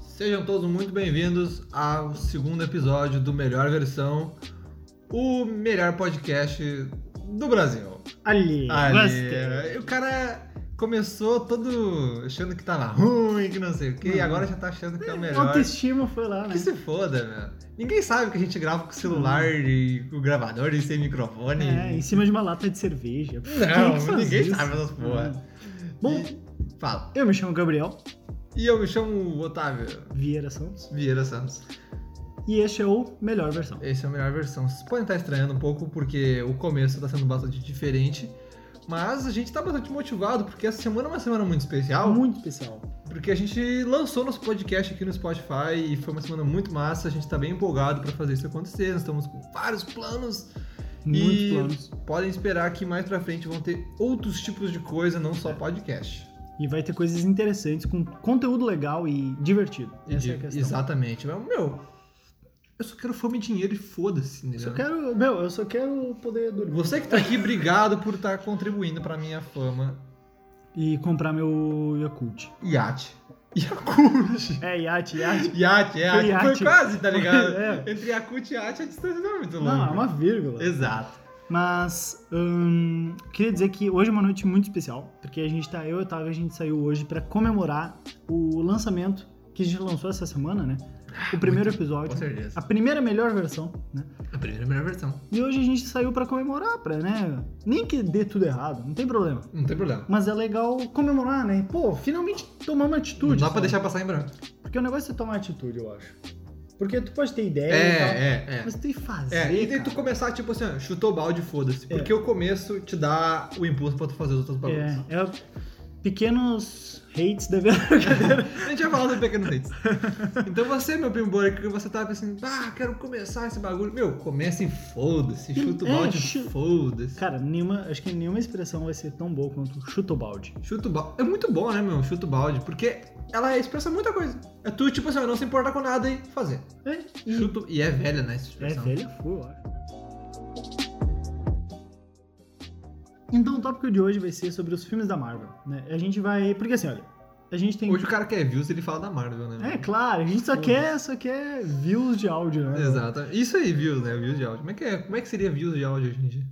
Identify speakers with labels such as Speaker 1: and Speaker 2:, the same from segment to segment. Speaker 1: Sejam todos muito bem-vindos ao segundo episódio do Melhor Versão, o melhor podcast do Brasil.
Speaker 2: Ali, gostei.
Speaker 1: Ali, é, eh, o cara começou todo achando que tava ruim, que não sei o quê,
Speaker 2: Uhum.
Speaker 1: e agora já tá achando que é o melhor.
Speaker 2: Autoestima foi lá, né?
Speaker 1: Que se foda, meu. Ninguém sabe que a gente grava com celular e com gravador e sem microfone.
Speaker 2: Uhum. É, em cima de uma lata de cerveja. Quem que
Speaker 1: Não,
Speaker 2: faz
Speaker 1: ninguém
Speaker 2: isso? Uhum.
Speaker 1: sabe essas porra.
Speaker 2: Bom,
Speaker 1: E- fala.
Speaker 2: eu me chamo Gabriel
Speaker 1: E eu me chamo Otávio
Speaker 2: Vieira Santos
Speaker 1: Vieira Santos.
Speaker 2: e este é o Melhor Versão.
Speaker 1: Esse é a melhor versão. Vocês podem estar estranhando um pouco porque o começo tá sendo bastante diferente. Mas a gente tá bastante motivado porque essa semana é uma semana muito especial.
Speaker 2: Muito especial.
Speaker 1: Porque a gente lançou nosso podcast aqui no Spotify e foi uma semana muito massa. A gente tá bem empolgado pra fazer isso acontecer. Nós estamos com vários planos. E-
Speaker 2: Muitos planos.
Speaker 1: Podem esperar que mais pra frente vão ter outros tipos de coisa, não só podcast.
Speaker 2: E vai ter coisas interessantes, com conteúdo legal e divertido. Essa é a
Speaker 1: De-
Speaker 2: questão.
Speaker 1: Exatamente. Mas, meu, eu só quero fome e dinheiro e foda-se,
Speaker 2: Eu
Speaker 1: entendeu?
Speaker 2: só quero, meu, eu só quero poder dormir.
Speaker 1: Você que tá aqui, obrigado por estar contribuindo pra minha fama.
Speaker 2: E comprar meu Yakult.
Speaker 1: Iate. Yakut.
Speaker 2: É, iate, iate.
Speaker 1: Iate, é.
Speaker 2: Foi
Speaker 1: Foi,
Speaker 2: iate.
Speaker 1: quase, tá ligado?
Speaker 2: É.
Speaker 1: Entre Yakut e Iate a distância não é muito longa.
Speaker 2: Não, é uma vírgula.
Speaker 1: Exato.
Speaker 2: Mas hum, queria dizer que hoje é uma noite muito especial, porque a gente tá, eu e o Otávio, a gente saiu hoje pra comemorar o lançamento que a gente lançou essa semana, né? O primeiro
Speaker 1: Com
Speaker 2: episódio,
Speaker 1: certeza.
Speaker 2: a primeira melhor versão, né?
Speaker 1: A primeira melhor versão.
Speaker 2: E hoje a gente saiu pra comemorar, pra, né? Nem que dê tudo errado, não tem problema.
Speaker 1: Não tem problema.
Speaker 2: Mas é legal comemorar, né? Pô, finalmente tomar uma
Speaker 1: Não
Speaker 2: atitude.
Speaker 1: dá pra
Speaker 2: sabe?
Speaker 1: deixar passar em branco.
Speaker 2: Porque o negócio é tomar atitude, eu acho. Porque tu pode ter ideia, e
Speaker 1: É, é,
Speaker 2: tal, mas tu tem que fazer.
Speaker 1: é. É, e daí
Speaker 2: cara.
Speaker 1: tu começar, tipo assim, ó, chutou balde, foda-se.
Speaker 2: É.
Speaker 1: Porque o começo te dá o impulso pra tu fazer os outros bagulhos.
Speaker 2: É, é pequenos hates da verdadeira.
Speaker 1: A gente vai falar do Pequeno Dates. Então você, meu Pimbora, que você tá pensando, ah, quero começar esse bagulho. Meu, comece e foda-se, chuta o
Speaker 2: É,
Speaker 1: balde,
Speaker 2: chu-
Speaker 1: foda-se.
Speaker 2: Cara, nenhuma, acho que nenhuma expressão vai ser tão boa quanto chuta o balde.
Speaker 1: Chuta o balde. É muito bom, né, meu? Chuta o balde, porque ela expressa muita coisa. É tu, tipo assim, não se importa com nada e fazer.
Speaker 2: É, e-
Speaker 1: Chuta. o- E é velha, né, essa
Speaker 2: é
Speaker 1: expressão.
Speaker 2: velha full, eu acho. Então o tópico de hoje vai ser sobre os filmes da Marvel, né? A gente vai, porque assim, olha, a gente tem
Speaker 1: Hoje o cara quer views, ele fala da Marvel, né?
Speaker 2: É, claro, a gente só quer, só quer views de áudio, né?
Speaker 1: Exato. Isso aí, views, né? Views de áudio. Como é que, é? Como é que seria views de áudio hoje em dia?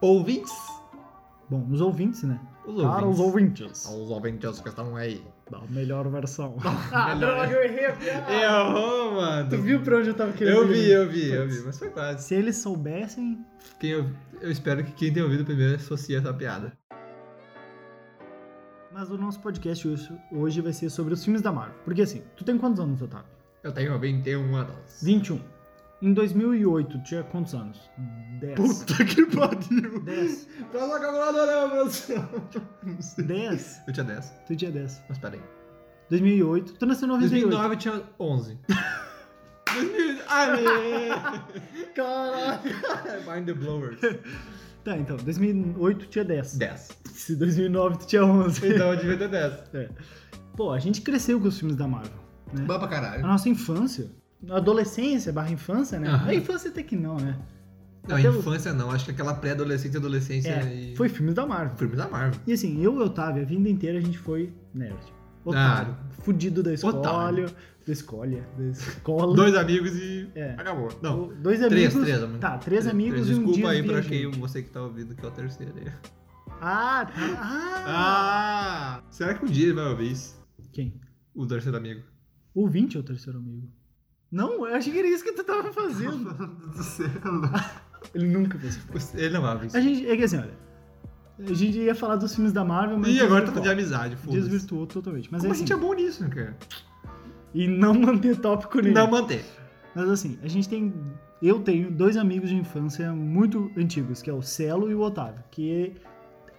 Speaker 1: Ouvintes?
Speaker 2: Bom, os ouvintes, né?
Speaker 1: Os
Speaker 2: Para os ouvintes.
Speaker 1: Os ouvintes que estão aí.
Speaker 2: Da melhor versão. Ah,
Speaker 1: melhor.
Speaker 2: eu errei a piada.
Speaker 1: Errou, oh, mano.
Speaker 2: Tu viu pra onde É, eu tava querendo
Speaker 1: Eu
Speaker 2: ir,
Speaker 1: vi,
Speaker 2: né?
Speaker 1: eu vi, eu vi, mas foi quase.
Speaker 2: Se eles soubessem.
Speaker 1: Quem eu, eu espero que quem tem ouvido primeiro associe essa piada.
Speaker 2: Mas o nosso podcast hoje- hoje vai ser sobre os filmes da Marvel. Porque assim, tu tem quantos anos, Otávio?
Speaker 1: Eu tenho 21 anos.
Speaker 2: 21. Em 2008, tu tinha quantos anos? 10.
Speaker 1: Puta que pariu!
Speaker 2: 10.
Speaker 1: Traz a calculadora, meu Deus do céu. Não sei.
Speaker 2: 10?
Speaker 1: Eu tinha 10,
Speaker 2: Tu tinha 10.
Speaker 1: mas peraí.
Speaker 2: 2008. Tu nasceu em 98.
Speaker 1: 2009 eu tinha 11. 2000... Aê!
Speaker 2: Caraca!
Speaker 1: Mind the blowers.
Speaker 2: Tá, então. 2008 tu tinha 10.
Speaker 1: 10.
Speaker 2: Se 2009 tu tinha 11.
Speaker 1: Então eu devia ter 10.
Speaker 2: Pô, a gente cresceu com os filmes da Marvel. Né?
Speaker 1: Bom pra
Speaker 2: A
Speaker 1: caralho.
Speaker 2: nossa infância. Adolescência barra infância, né?
Speaker 1: Aham.
Speaker 2: A infância até que não, né?
Speaker 1: Não,
Speaker 2: Até os-
Speaker 1: infância não. Acho que aquela pré-adolescência e adolescência
Speaker 2: É,
Speaker 1: e...
Speaker 2: foi filmes da Marvel.
Speaker 1: Filme da Marvel.
Speaker 2: E assim, eu e o Otávio, a vida inteira a gente foi nerd. Otário. Fudido da escolha.
Speaker 1: Ah, Otário.
Speaker 2: Da escolha. Da escola.
Speaker 1: Dois amigos e...
Speaker 2: É.
Speaker 1: Acabou. Não.
Speaker 2: O- Dois
Speaker 1: Três,
Speaker 2: amigos.
Speaker 1: três amigos.
Speaker 2: Tá, três amigos e um
Speaker 1: Desculpa
Speaker 2: dia
Speaker 1: aí pra
Speaker 2: virgem.
Speaker 1: quem você que tá ouvindo, que é o terceiro aí.
Speaker 2: Ah, tá. Ah.
Speaker 1: Ah! Será que um dia ele vai ouvir isso?
Speaker 2: Quem?
Speaker 1: O terceiro amigo.
Speaker 2: O 20 é o terceiro amigo. Não, eu achei que era isso que tu tava fazendo.
Speaker 1: do céu.
Speaker 2: Ele nunca fez isso.
Speaker 1: Ele não vai ouvir isso.
Speaker 2: A gente, é que assim, olha. A gente ia falar dos filmes da Marvel, mas.
Speaker 1: E agora tá
Speaker 2: desvirtuou.
Speaker 1: de amizade, foda-se.
Speaker 2: Desvirtuou totalmente. Mas
Speaker 1: Como a
Speaker 2: assim,
Speaker 1: gente é bom nisso, né, cara?
Speaker 2: E não manter tópico nenhum.
Speaker 1: Não manter.
Speaker 2: Mas assim, a gente tem. Eu tenho dois amigos de infância muito antigos, que é o Celo e o Otávio. Que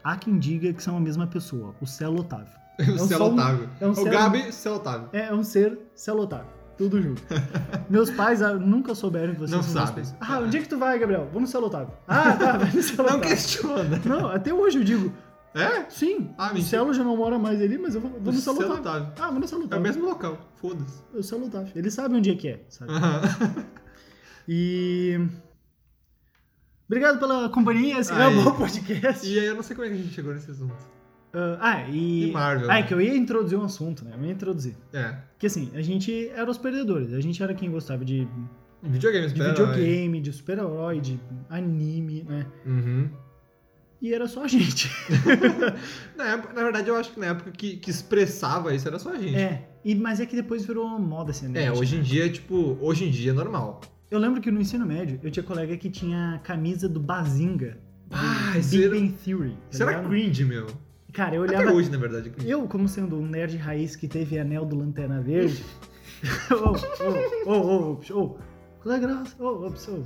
Speaker 2: há quem diga que são a mesma pessoa, o Celo e o Otávio.
Speaker 1: O
Speaker 2: um
Speaker 1: céu
Speaker 2: som-
Speaker 1: Otávio.
Speaker 2: é um
Speaker 1: o
Speaker 2: céu-
Speaker 1: Gabi, céu Otávio.
Speaker 2: É, é um ser Celo e Otávio. Tudo junto. Meus pais ah, nunca souberam que vocês
Speaker 1: Não
Speaker 2: são meus
Speaker 1: sabem.
Speaker 2: pais. Ah, onde é que tu vai, Gabriel? Vou no Celo e Otávio. Ah, tá, vai no Celo e
Speaker 1: Não
Speaker 2: Otávio.
Speaker 1: questiona.
Speaker 2: Não, até hoje eu digo,
Speaker 1: É?
Speaker 2: sim,
Speaker 1: Ah,
Speaker 2: o
Speaker 1: mentira.
Speaker 2: Celo já não mora mais ali, mas eu vou, vou no Celo e
Speaker 1: Céu
Speaker 2: Otávio.
Speaker 1: Otávio.
Speaker 2: Ah, vou no Celo e
Speaker 1: É o
Speaker 2: Otávio.
Speaker 1: mesmo local, foda-se.
Speaker 2: Eu Celo e Otávio. Ele sabe onde é que é, sabe?
Speaker 1: Aham.
Speaker 2: E. Obrigado pela companhia. Esse
Speaker 1: Aí.
Speaker 2: é um bom podcast.
Speaker 1: E aí eu não sei como é que a gente chegou nesse assunto.
Speaker 2: Ah, ah, e.
Speaker 1: E Marvel,
Speaker 2: Ah, é
Speaker 1: né?
Speaker 2: que eu ia introduzir um assunto, né? Eu ia introduzir.
Speaker 1: É.
Speaker 2: Que assim, a gente era os perdedores. A gente era quem gostava de, de
Speaker 1: Videogames, pera,
Speaker 2: videogame, de super-herói, de anime, né?
Speaker 1: Uhum.
Speaker 2: E era só a gente.
Speaker 1: Na, época- na verdade, eu acho que na época que, que expressava isso era só a gente.
Speaker 2: é. E, mas é que depois virou uma moda assim, né?
Speaker 1: É, hoje em dia, tipo, hoje em dia é normal.
Speaker 2: Eu lembro que no ensino médio eu tinha colega que tinha a camisa do Bazinga. do
Speaker 1: Ah, isso
Speaker 2: Big
Speaker 1: era-
Speaker 2: Bang Theory. tá
Speaker 1: Será
Speaker 2: ligado?
Speaker 1: cringe, meu?
Speaker 2: Cara, eu
Speaker 1: Até
Speaker 2: olhava.
Speaker 1: hoje, na verdade, é cringe.
Speaker 2: Eu, como sendo um nerd raiz que teve anel do Lanterna Verde. Ô, ô, ô, ô, ô, ô. Qual é a graça? Ô, ô, pessoal.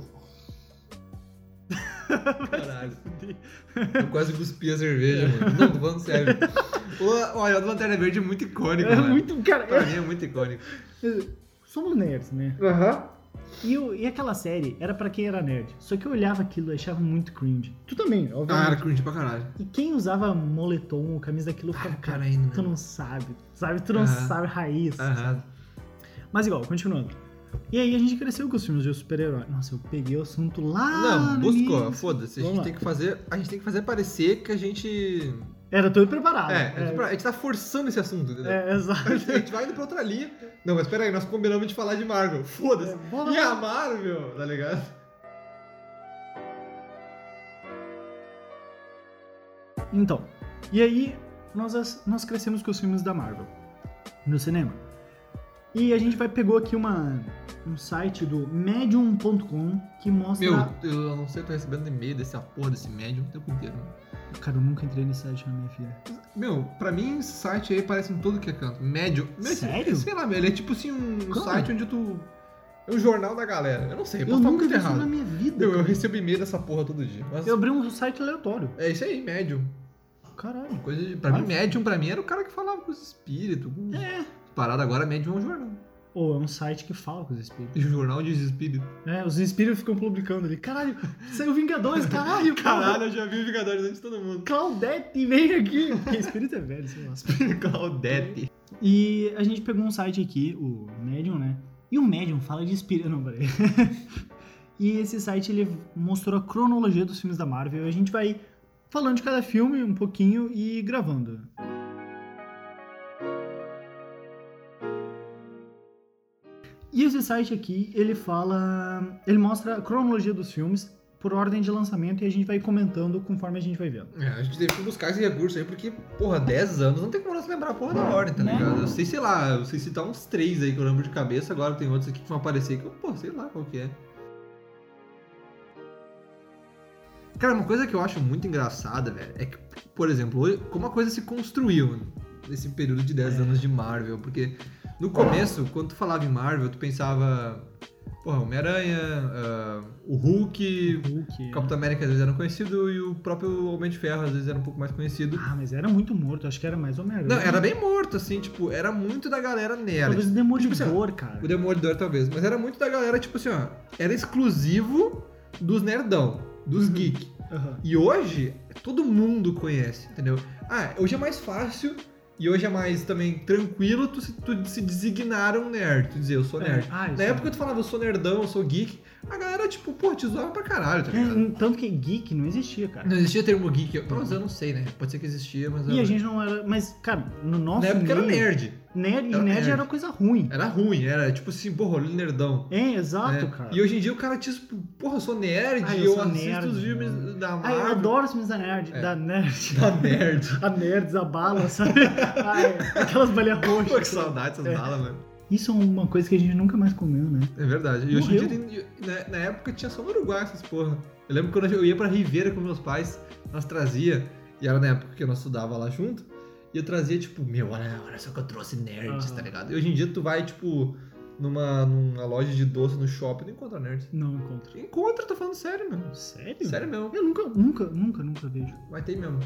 Speaker 1: Caralho. Eu quase cuspi a cerveja, mano. Não, tô falando sério. O- Olha, o do Lanterna Verde é muito icônico,
Speaker 2: É
Speaker 1: mano.
Speaker 2: muito.
Speaker 1: Pra
Speaker 2: Cara,
Speaker 1: mim é muito icônico.
Speaker 2: eu- somos nerds, né?
Speaker 1: Aham.
Speaker 2: E, eu- e aquela série era pra quem era nerd. Só que eu olhava aquilo e achava muito cringe. Tu também,
Speaker 1: Ah, era
Speaker 2: obviamente.
Speaker 1: cringe pra caralho.
Speaker 2: E quem usava moletom ou camisa daquilo ficava,
Speaker 1: Ah,
Speaker 2: cara,
Speaker 1: cara, ainda,
Speaker 2: tu
Speaker 1: né?
Speaker 2: não sabe. Sabe? Tu não
Speaker 1: Aham.
Speaker 2: sabe raiz.
Speaker 1: Aham.
Speaker 2: Mas igual, continuando. E aí a gente cresceu com os filmes de super-herói. Nossa, eu peguei o assunto lá.
Speaker 1: Não,
Speaker 2: no
Speaker 1: buscou,
Speaker 2: início.
Speaker 1: foda-se. A
Speaker 2: Ah,
Speaker 1: gente
Speaker 2: Vamos lá.
Speaker 1: tem que fazer. A gente tem que fazer parecer que a gente.
Speaker 2: Era todo preparado.
Speaker 1: é, a gente- a gente tá forçando esse assunto, entendeu?
Speaker 2: é,
Speaker 1: A gente- a
Speaker 2: exato.
Speaker 1: gente vai indo pra outra linha. Não, mas pera aí, nós combinamos de falar de Marvel. Foda-se.
Speaker 2: Bora.
Speaker 1: E a Marvel, tá ligado?
Speaker 2: Então, e aí nós, as- nós crescemos com os filmes da Marvel no cinema. E a gente vai pegou aqui uma, um site do medium.com que mostra.
Speaker 1: Meu, eu não sei, eu tô recebendo e-mail dessa porra, desse médium o tempo inteiro. mano.
Speaker 2: Cara, eu nunca entrei nesse site na minha vida.
Speaker 1: Meu, pra mim esse site aí parece em todo que é canto. Médio. Meu, esse-
Speaker 2: Sério?
Speaker 1: Sei lá, meu, ele é tipo assim um
Speaker 2: Como?
Speaker 1: site onde tu. É um jornal da galera. Eu não sei, eu
Speaker 2: Eu,
Speaker 1: posso estar
Speaker 2: nunca
Speaker 1: muito
Speaker 2: vi isso na
Speaker 1: errado.
Speaker 2: minha vida.
Speaker 1: Meu, eu
Speaker 2: cara.
Speaker 1: recebo e-mail dessa porra todo dia. Mas
Speaker 2: eu abri um site aleatório.
Speaker 1: é isso aí, médium.
Speaker 2: Caralho.
Speaker 1: Coisa de, pra
Speaker 2: Ah.
Speaker 1: mim, médium pra mim era o cara que falava com os espíritos. Com...
Speaker 2: É.
Speaker 1: Parada agora, médium é um jornal.
Speaker 2: Ou é um site que fala com os espíritos.
Speaker 1: E o jornal diz espírito.
Speaker 2: É, os espíritos ficam publicando ali. Caralho, saiu Vingadores, caralho, porra.
Speaker 1: Caralho, eu já vi Vingadores antes de todo mundo.
Speaker 2: Claudete, vem aqui. Porque espírito é velho, sei lá.
Speaker 1: Claudete.
Speaker 2: E a gente pegou um site aqui, o Medium, né? E o Medium fala de espírito. Não, peraí. e esse site ele mostrou a cronologia dos filmes da Marvel. A gente vai falando de cada filme um pouquinho e gravando. E esse site aqui, ele fala. Ele mostra a cronologia dos filmes por ordem de lançamento e a gente vai comentando conforme a gente vai vendo.
Speaker 1: É, a gente teve que buscar esse recurso aí, porque, porra, 10 anos não tem como nós lembrar a porra da ordem, tá
Speaker 2: Né?
Speaker 1: ligado? Eu sei, sei lá, eu sei citar uns 3 aí que eu lembro de cabeça, agora tem outros aqui que vão aparecer que eu, pô, sei lá qual que é. Cara, uma coisa que eu acho muito engraçada, velho, é que, por exemplo, hoje- como a coisa se construiu nesse período de 10 anos de Marvel, porque no começo, quando tu falava em Marvel, tu pensava, porra, Homem-Aranha, ah, o Hulk,
Speaker 2: Hulk.
Speaker 1: o Capitão América às vezes era um conhecido e o próprio Homem de Ferro às vezes era um pouco mais conhecido.
Speaker 2: Ah, mas era muito morto, acho que era mais ou menos.
Speaker 1: Não, era bem morto, assim, tipo, era muito da galera nerd.
Speaker 2: Talvez assim, o
Speaker 1: Tipo
Speaker 2: Demolidor, cara.
Speaker 1: O Demolidor talvez, mas era muito da galera, tipo assim, ó, era exclusivo dos nerdão, dos
Speaker 2: Uhum.
Speaker 1: geek.
Speaker 2: Aham.
Speaker 1: E hoje, todo mundo conhece, entendeu? Ah, hoje é mais fácil e hoje é mais também tranquilo tu se, tu se designar um nerd, tu dizer, eu sou nerd.
Speaker 2: É. Ah, isso
Speaker 1: Na
Speaker 2: é.
Speaker 1: época tu falava, eu sou nerdão, eu sou geek, a galera, tipo, pô, te zoava pra caralho, tá ligado?
Speaker 2: É, tanto que geek não existia, cara.
Speaker 1: Não existia termo geek. Eu, mas eu não sei, né? Pode ser que existia, mas.
Speaker 2: E
Speaker 1: eu-
Speaker 2: a gente não era. Mas, cara, no nosso.
Speaker 1: Na época era
Speaker 2: meio,
Speaker 1: nerd.
Speaker 2: nerd.
Speaker 1: Era
Speaker 2: Nerd,
Speaker 1: nerd. É.
Speaker 2: era coisa ruim.
Speaker 1: Era ruim, era tipo assim, porra, olha o nerdão.
Speaker 2: É, exato,
Speaker 1: né?
Speaker 2: cara.
Speaker 1: E hoje em dia o cara diz, porra, eu sou nerd,
Speaker 2: Ah, eu
Speaker 1: eu,
Speaker 2: sou
Speaker 1: assisto
Speaker 2: nerd,
Speaker 1: os
Speaker 2: né?
Speaker 1: filmes da
Speaker 2: Ah,
Speaker 1: Marvel.
Speaker 2: eu adoro os filmes da nerd.
Speaker 1: É.
Speaker 2: Da nerd.
Speaker 1: Da nerd.
Speaker 2: A nerds, a bala, sabe? Ah, é, Aquelas balhas
Speaker 1: Pô, que
Speaker 2: roxas.
Speaker 1: saudade dessas
Speaker 2: É.
Speaker 1: balas, mano.
Speaker 2: Isso é uma coisa que a gente nunca mais comeu, né?
Speaker 1: É verdade. E hoje em dia,
Speaker 2: Morreu.
Speaker 1: tem- na, na época, tinha só no Uruguai essas porra. Eu lembro quando eu ia pra Ribeira com meus pais, nós trazia, e era na época que nós estudava lá junto, e eu trazia, tipo, meu, olha, olha só que eu trouxe nerds,
Speaker 2: Aham.
Speaker 1: tá ligado? E hoje em dia tu vai, tipo, numa, numa loja de doce no shopping e encontra nerds.
Speaker 2: Não encontro.
Speaker 1: Encontra, tô falando sério, meu.
Speaker 2: Sério?
Speaker 1: Sério mesmo.
Speaker 2: Eu nunca, nunca, nunca, nunca vejo.
Speaker 1: Vai ter mesmo.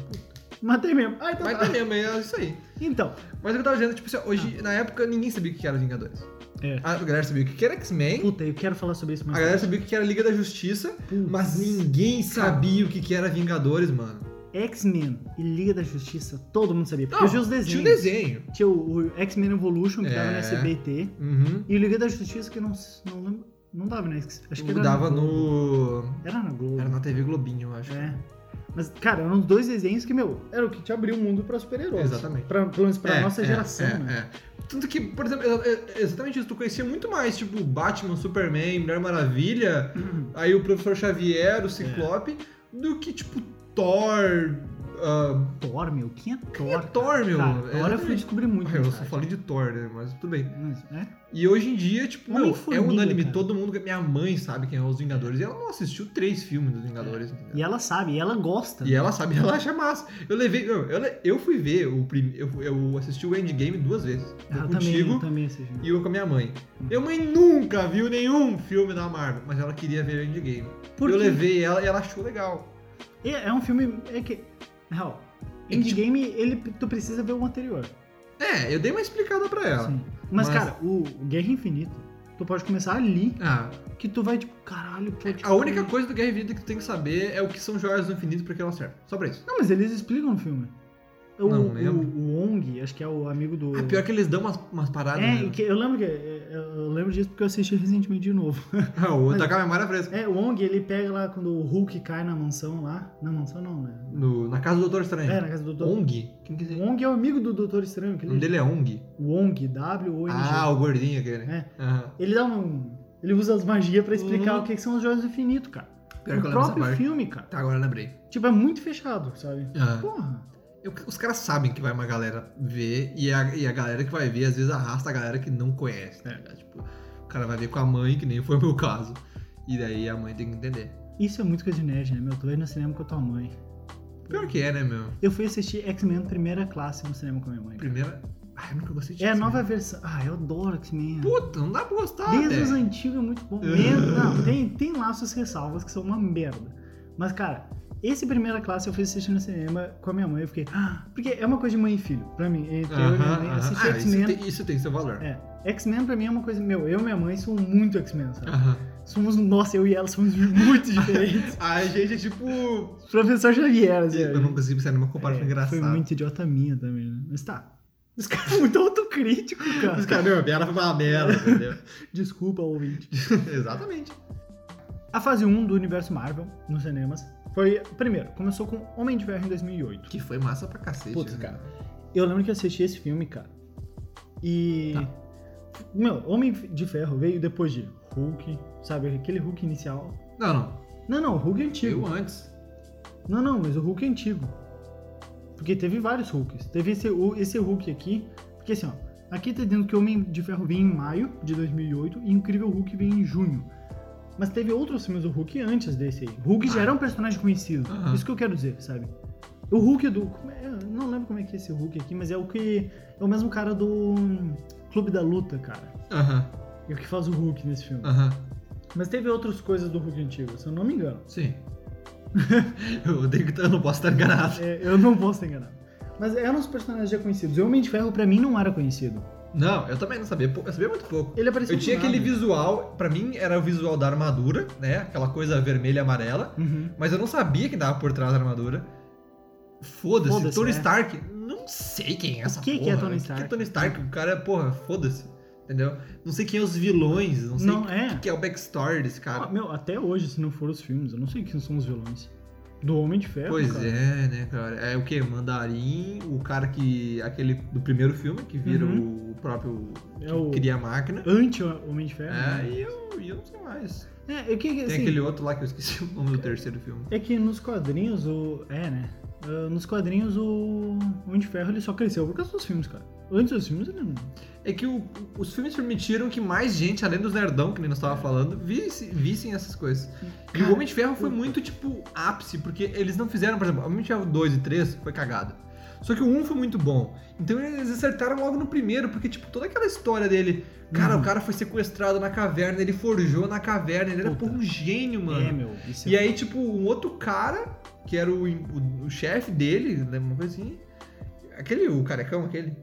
Speaker 2: Matei mesmo. Ah, então
Speaker 1: Vai
Speaker 2: tá.
Speaker 1: ter mesmo, é isso aí.
Speaker 2: Então.
Speaker 1: Mas o que eu tava dizendo, tipo assim, hoje, na época, ninguém sabia o que era Vingadores.
Speaker 2: Ah. É.
Speaker 1: A galera sabia o que era X-Men,
Speaker 2: Puta, eu quero falar sobre isso
Speaker 1: a
Speaker 2: mais
Speaker 1: galera
Speaker 2: tarde.
Speaker 1: sabia o que era Liga da Justiça,
Speaker 2: Putz.
Speaker 1: mas ninguém sabia o que que era Vingadores, mano.
Speaker 2: X-Men e Liga da Justiça, todo mundo sabia. Porque
Speaker 1: Não,
Speaker 2: tinha os desenhos.
Speaker 1: Tinha um desenho.
Speaker 2: Tinha o, o X-Men Evolution, que dava no
Speaker 1: É.
Speaker 2: SBT.
Speaker 1: Uhum.
Speaker 2: E o Liga da Justiça, que não, não lembro. Não dava na X. Acho que era.
Speaker 1: Dava
Speaker 2: na Globo.
Speaker 1: no.
Speaker 2: Era na Globo.
Speaker 1: Era na TV Globinho, eu acho.
Speaker 2: É. Mas, cara, eram os dois desenhos que, meu, era o que te abriu o mundo pra super-heróis.
Speaker 1: Exatamente.
Speaker 2: Pra, pelo menos pra
Speaker 1: É,
Speaker 2: nossa
Speaker 1: é,
Speaker 2: geração,
Speaker 1: é,
Speaker 2: né?
Speaker 1: é. Tanto que, por exemplo, eu- eu- exatamente isso, tu conhecia muito mais, tipo, Batman, Superman, Mulher Maravilha, aí o Professor Xavier, o Ciclope,
Speaker 2: É.
Speaker 1: do que, tipo, Thor. ah,
Speaker 2: Thor, meu, quem é Thor?
Speaker 1: quem é Thor, meu?
Speaker 2: Cara, Thor eu fui
Speaker 1: Exatamente.
Speaker 2: descobrir muito.
Speaker 1: eu
Speaker 2: né,
Speaker 1: só
Speaker 2: cara?
Speaker 1: falei de Thor, né? Mas tudo bem.
Speaker 2: Mas, né?
Speaker 1: E hoje em dia, tipo, meu, é
Speaker 2: Homem-Formiga,
Speaker 1: unânime.
Speaker 2: cara.
Speaker 1: Todo mundo. Minha mãe sabe quem é os Vingadores. E ela não assistiu três filmes dos Vingadores, entendeu?
Speaker 2: E ela sabe, e ela gosta.
Speaker 1: E é ela sabe, ela acha massa. Eu levei. Eu, eu, le- eu fui ver o primeiro. Eu, eu assisti o Endgame duas vezes. Eu
Speaker 2: ela também,
Speaker 1: contigo
Speaker 2: Ah, eu também assisti.
Speaker 1: e eu com a minha mãe. Minha mãe nunca viu nenhum filme da Marvel, mas ela queria ver o Endgame.
Speaker 2: Por
Speaker 1: eu
Speaker 2: quê?
Speaker 1: levei ela e ela achou legal.
Speaker 2: É, é um filme. É que. Na real,
Speaker 1: Ele, tipo-
Speaker 2: Endgame, ele, tu precisa ver o anterior.
Speaker 1: É, eu dei uma explicada pra ela.
Speaker 2: Sim. Mas,
Speaker 1: Mas-
Speaker 2: cara, o, o Guerra Infinita, tu pode começar ali,
Speaker 1: Ah,
Speaker 2: que tu vai tipo, caralho, pode.
Speaker 1: a única coisa do Guerra e Vida que tu tem que saber é o que são joias do infinito e pra que elas servem. Só pra isso.
Speaker 2: Não, mas eles explicam no filme. O,
Speaker 1: Não lembro.
Speaker 2: O, o Ong, acho que é o amigo do.
Speaker 1: Ah, pior que eles dão umas, umas paradas.
Speaker 2: É,
Speaker 1: né?
Speaker 2: que eu lembro que. é, Eu lembro disso porque eu assisti recentemente de novo.
Speaker 1: Ah, o outro tá com a memória fresca.
Speaker 2: É, o Ong, ele pega lá quando o Hulk cai na mansão lá. Na mansão não, né?
Speaker 1: No- na casa do Doutor Estranho.
Speaker 2: É, na casa do Doutor.
Speaker 1: Ong? Quem que é?
Speaker 2: O
Speaker 1: esse?
Speaker 2: Ong é o amigo do Doutor Estranho.
Speaker 1: O
Speaker 2: Aquele...
Speaker 1: nome dele é Ong.
Speaker 2: O Ong, W-O-N-G.
Speaker 1: Ah, o gordinho aquele.
Speaker 2: É.
Speaker 1: Aham.
Speaker 2: Ele dá um. Ele usa as magias pra explicar
Speaker 1: Uhum.
Speaker 2: o que que são os joias do infinito, cara.
Speaker 1: Pior que eu
Speaker 2: o
Speaker 1: lembro essa
Speaker 2: próprio
Speaker 1: parte.
Speaker 2: filme, cara.
Speaker 1: Tá, agora eu lembrei.
Speaker 2: Tipo, é muito fechado, sabe?
Speaker 1: Aham.
Speaker 2: Porra.
Speaker 1: Eu- Os caras sabem que vai uma galera ver e é a, e a galera que vai ver às vezes arrasta a galera que não conhece, tá ligado? Tipo, o cara vai ver com a mãe, que nem foi o meu caso. E daí a mãe tem que entender.
Speaker 2: Isso é muito coisa de nerd, né, meu? Tu vai no cinema com a tua mãe.
Speaker 1: Pior que é, né, meu?
Speaker 2: Eu fui assistir X-Men primeira classe no cinema com a minha mãe. cara.
Speaker 1: Primeira. Ai, eu nunca gostei disso.
Speaker 2: É a nova
Speaker 1: né?
Speaker 2: versão. Ah, eu adoro X-Men.
Speaker 1: Puta, não dá pra gostar,
Speaker 2: Desde
Speaker 1: até.
Speaker 2: os antigos é muito bom. Mesmo, não, tem, tem lá suas ressalvas que são uma merda. Mas, cara, esse primeira classe eu fui assistir no cinema com a minha mãe. Eu fiquei. "Ah", porque é uma coisa de mãe e filho, pra mim. Entre eu e minha
Speaker 1: Aham,
Speaker 2: mãe.
Speaker 1: aham.
Speaker 2: Assistir
Speaker 1: Ah, isso,
Speaker 2: X-Men.
Speaker 1: tem, isso tem seu valor.
Speaker 2: né, É. X-Men pra mim é uma coisa. Meu, eu e minha mãe somos muito X-Men, sabe?
Speaker 1: Aham.
Speaker 2: Somos. Nossa, eu e ela somos muito diferentes.
Speaker 1: A gente é tipo.
Speaker 2: Professor Xavier, assim.
Speaker 1: Eu não consegui pensar numa comparação
Speaker 2: É,
Speaker 1: engraçada.
Speaker 2: Foi muito idiota minha também, né? Mas tá. Os caras muito autocrítico,
Speaker 1: Os
Speaker 2: cara.
Speaker 1: caras, meu, a piada foi uma merda, entendeu?
Speaker 2: Desculpa, ouvinte.
Speaker 1: Exatamente.
Speaker 2: A fase 1 do universo Marvel nos cinemas foi. Primeiro, começou com Homem de Ferro em 2008.
Speaker 1: Que foi massa pra cacete.
Speaker 2: Putz,
Speaker 1: né?
Speaker 2: cara. Eu lembro que eu assisti esse filme, cara. E.
Speaker 1: Tá.
Speaker 2: Meu, Homem de Ferro veio depois de Hulk, sabe? Aquele Hulk inicial.
Speaker 1: Não, não.
Speaker 2: Não, não, Hulk antigo.
Speaker 1: Eu antes.
Speaker 2: Não, não, mas o Hulk é antigo. Porque teve vários Hulks. Teve esse, o- esse Hulk aqui. Porque assim, ó. Aqui tá dizendo que o Homem de Ferro veio em maio de 2008 e Incrível Hulk veio em junho. Mas teve outros filmes do Hulk antes desse aí. Hulk já era um personagem conhecido.
Speaker 1: Aham.
Speaker 2: Isso que eu quero dizer, sabe? O Hulk do. como é- eu não lembro como é que é esse Hulk aqui, mas é o que. É o mesmo cara do. hum, Clube da Luta, cara.
Speaker 1: Aham,
Speaker 2: É o que faz o Hulk nesse filme.
Speaker 1: aham.
Speaker 2: Mas teve outras coisas do Hulk antigo, se eu não me engano.
Speaker 1: Sim. eu, tenho que, eu não posso estar enganado.
Speaker 2: É, eu não posso ter enganado. Mas eram os personagens já conhecidos. E o Homem de Ferro, pra mim, não era conhecido.
Speaker 1: Não, eu também não sabia. pou- Eu sabia muito pouco.
Speaker 2: Ele apareceu
Speaker 1: Eu tinha
Speaker 2: do nada.
Speaker 1: aquele visual, pra mim era o visual da armadura, né? Aquela coisa vermelha e amarela.
Speaker 2: Uhum.
Speaker 1: Mas eu não sabia que dava por trás da armadura. Foda-se,
Speaker 2: Foda-se,
Speaker 1: Tony
Speaker 2: é.
Speaker 1: Stark. Não sei quem é essa
Speaker 2: que que
Speaker 1: porra.
Speaker 2: é Tony
Speaker 1: né? O que
Speaker 2: Stark?
Speaker 1: é Tony Stark? O cara, porra, foda-se. Entendeu? Não sei quem é os vilões, não sei
Speaker 2: Não,
Speaker 1: o
Speaker 2: é.
Speaker 1: que é o backstory desse
Speaker 2: Ah,
Speaker 1: cara.
Speaker 2: meu, até hoje, se não for os filmes, eu não sei quem são os vilões. Do Homem de Ferro,
Speaker 1: Pois
Speaker 2: cara.
Speaker 1: é, né, cara? É o que? Mandarim, o cara que. aquele do primeiro filme, que vira o próprio. que
Speaker 2: Uhum. É o-
Speaker 1: cria a máquina.
Speaker 2: Anti-Homem de Ferro.
Speaker 1: É,
Speaker 2: né?
Speaker 1: e eu, e eu não sei mais.
Speaker 2: É, é que, assim,
Speaker 1: Tem aquele outro lá que eu esqueci o nome do terceiro filme.
Speaker 2: é que nos quadrinhos, o... É, né? Ah, nos quadrinhos, o Homem de Ferro, ele só cresceu por causa dos filmes, cara. Antes dos filmes, ele um não...
Speaker 1: É que o- os filmes permitiram que mais gente, além dos nerdão, que nem nós tava falando, visse, vissem essas coisas. e
Speaker 2: É. Cara,
Speaker 1: o Homem de Ferro foi
Speaker 2: puta.
Speaker 1: muito, tipo, ápice, porque eles não fizeram, por exemplo, o Homem de Ferro 2 e 3 foi cagado. Só que o 1 foi muito bom. Então eles acertaram logo no primeiro, porque, tipo, toda aquela história dele. Cara,
Speaker 2: Uhum.
Speaker 1: o cara foi sequestrado na caverna, ele forjou na caverna, ele era
Speaker 2: Puta.
Speaker 1: porra, um gênio,
Speaker 2: É,
Speaker 1: mano.
Speaker 2: meu. Isso
Speaker 1: e aí, tipo, um outro cara, que era o, o- o chefe dele, né, uma coisa assim. Aquele, o carecão, aquele.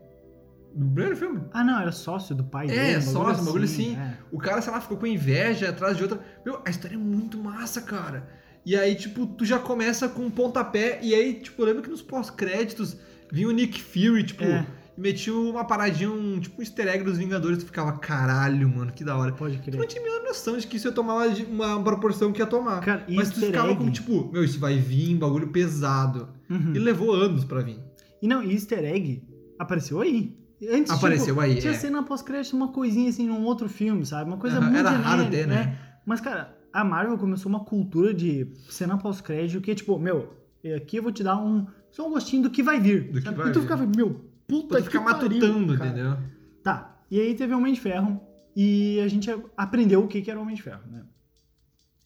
Speaker 1: Do primeiro filme.
Speaker 2: Ah, não, era sócio do pai
Speaker 1: É,
Speaker 2: dele. um bagulho
Speaker 1: sócio, um bagulho assim.
Speaker 2: é.
Speaker 1: O cara, sei lá, ficou com inveja atrás de outra. Meu, a história é muito massa, cara. E aí, tipo, tu já começa com um pontapé. E aí, tipo, eu lembro que nos pós-créditos vinha o Nick Fury, tipo,
Speaker 2: É.
Speaker 1: metiu uma paradinha, um, tipo um easter egg dos Vingadores. Tu ficava, caralho, mano, que da hora.
Speaker 2: é, Pode
Speaker 1: Tu não
Speaker 2: crer.
Speaker 1: tinha a menor noção de que isso ia tomar de- uma proporção que ia tomar.
Speaker 2: Cara,
Speaker 1: Mas tu
Speaker 2: easter
Speaker 1: ficava
Speaker 2: egg.
Speaker 1: como, tipo, meu, isso vai vir, bagulho pesado.
Speaker 2: Uhum.
Speaker 1: E levou anos pra vir.
Speaker 2: E não, e easter egg apareceu aí. Antes,
Speaker 1: Apareceu
Speaker 2: tipo,
Speaker 1: aí,
Speaker 2: Tinha
Speaker 1: é.
Speaker 2: cena pós-crédito, uma coisinha assim, num outro filme, sabe? Uma coisa
Speaker 1: Aham,
Speaker 2: muito
Speaker 1: era raro ter,
Speaker 2: genérica,
Speaker 1: né?
Speaker 2: Mas, cara, a Marvel começou uma cultura de cena pós-crédito que é tipo, meu, aqui eu vou te dar um... Só um gostinho do que vai vir.
Speaker 1: Do que
Speaker 2: sabe?
Speaker 1: vai
Speaker 2: e tu
Speaker 1: vir.
Speaker 2: ficava, meu, puta
Speaker 1: Pra tu
Speaker 2: que
Speaker 1: ficar
Speaker 2: pariu,
Speaker 1: matutando,
Speaker 2: cara.
Speaker 1: entendeu?
Speaker 2: Tá, e aí teve o Homem de Ferro e a gente aprendeu o que que era o Homem de Ferro, né?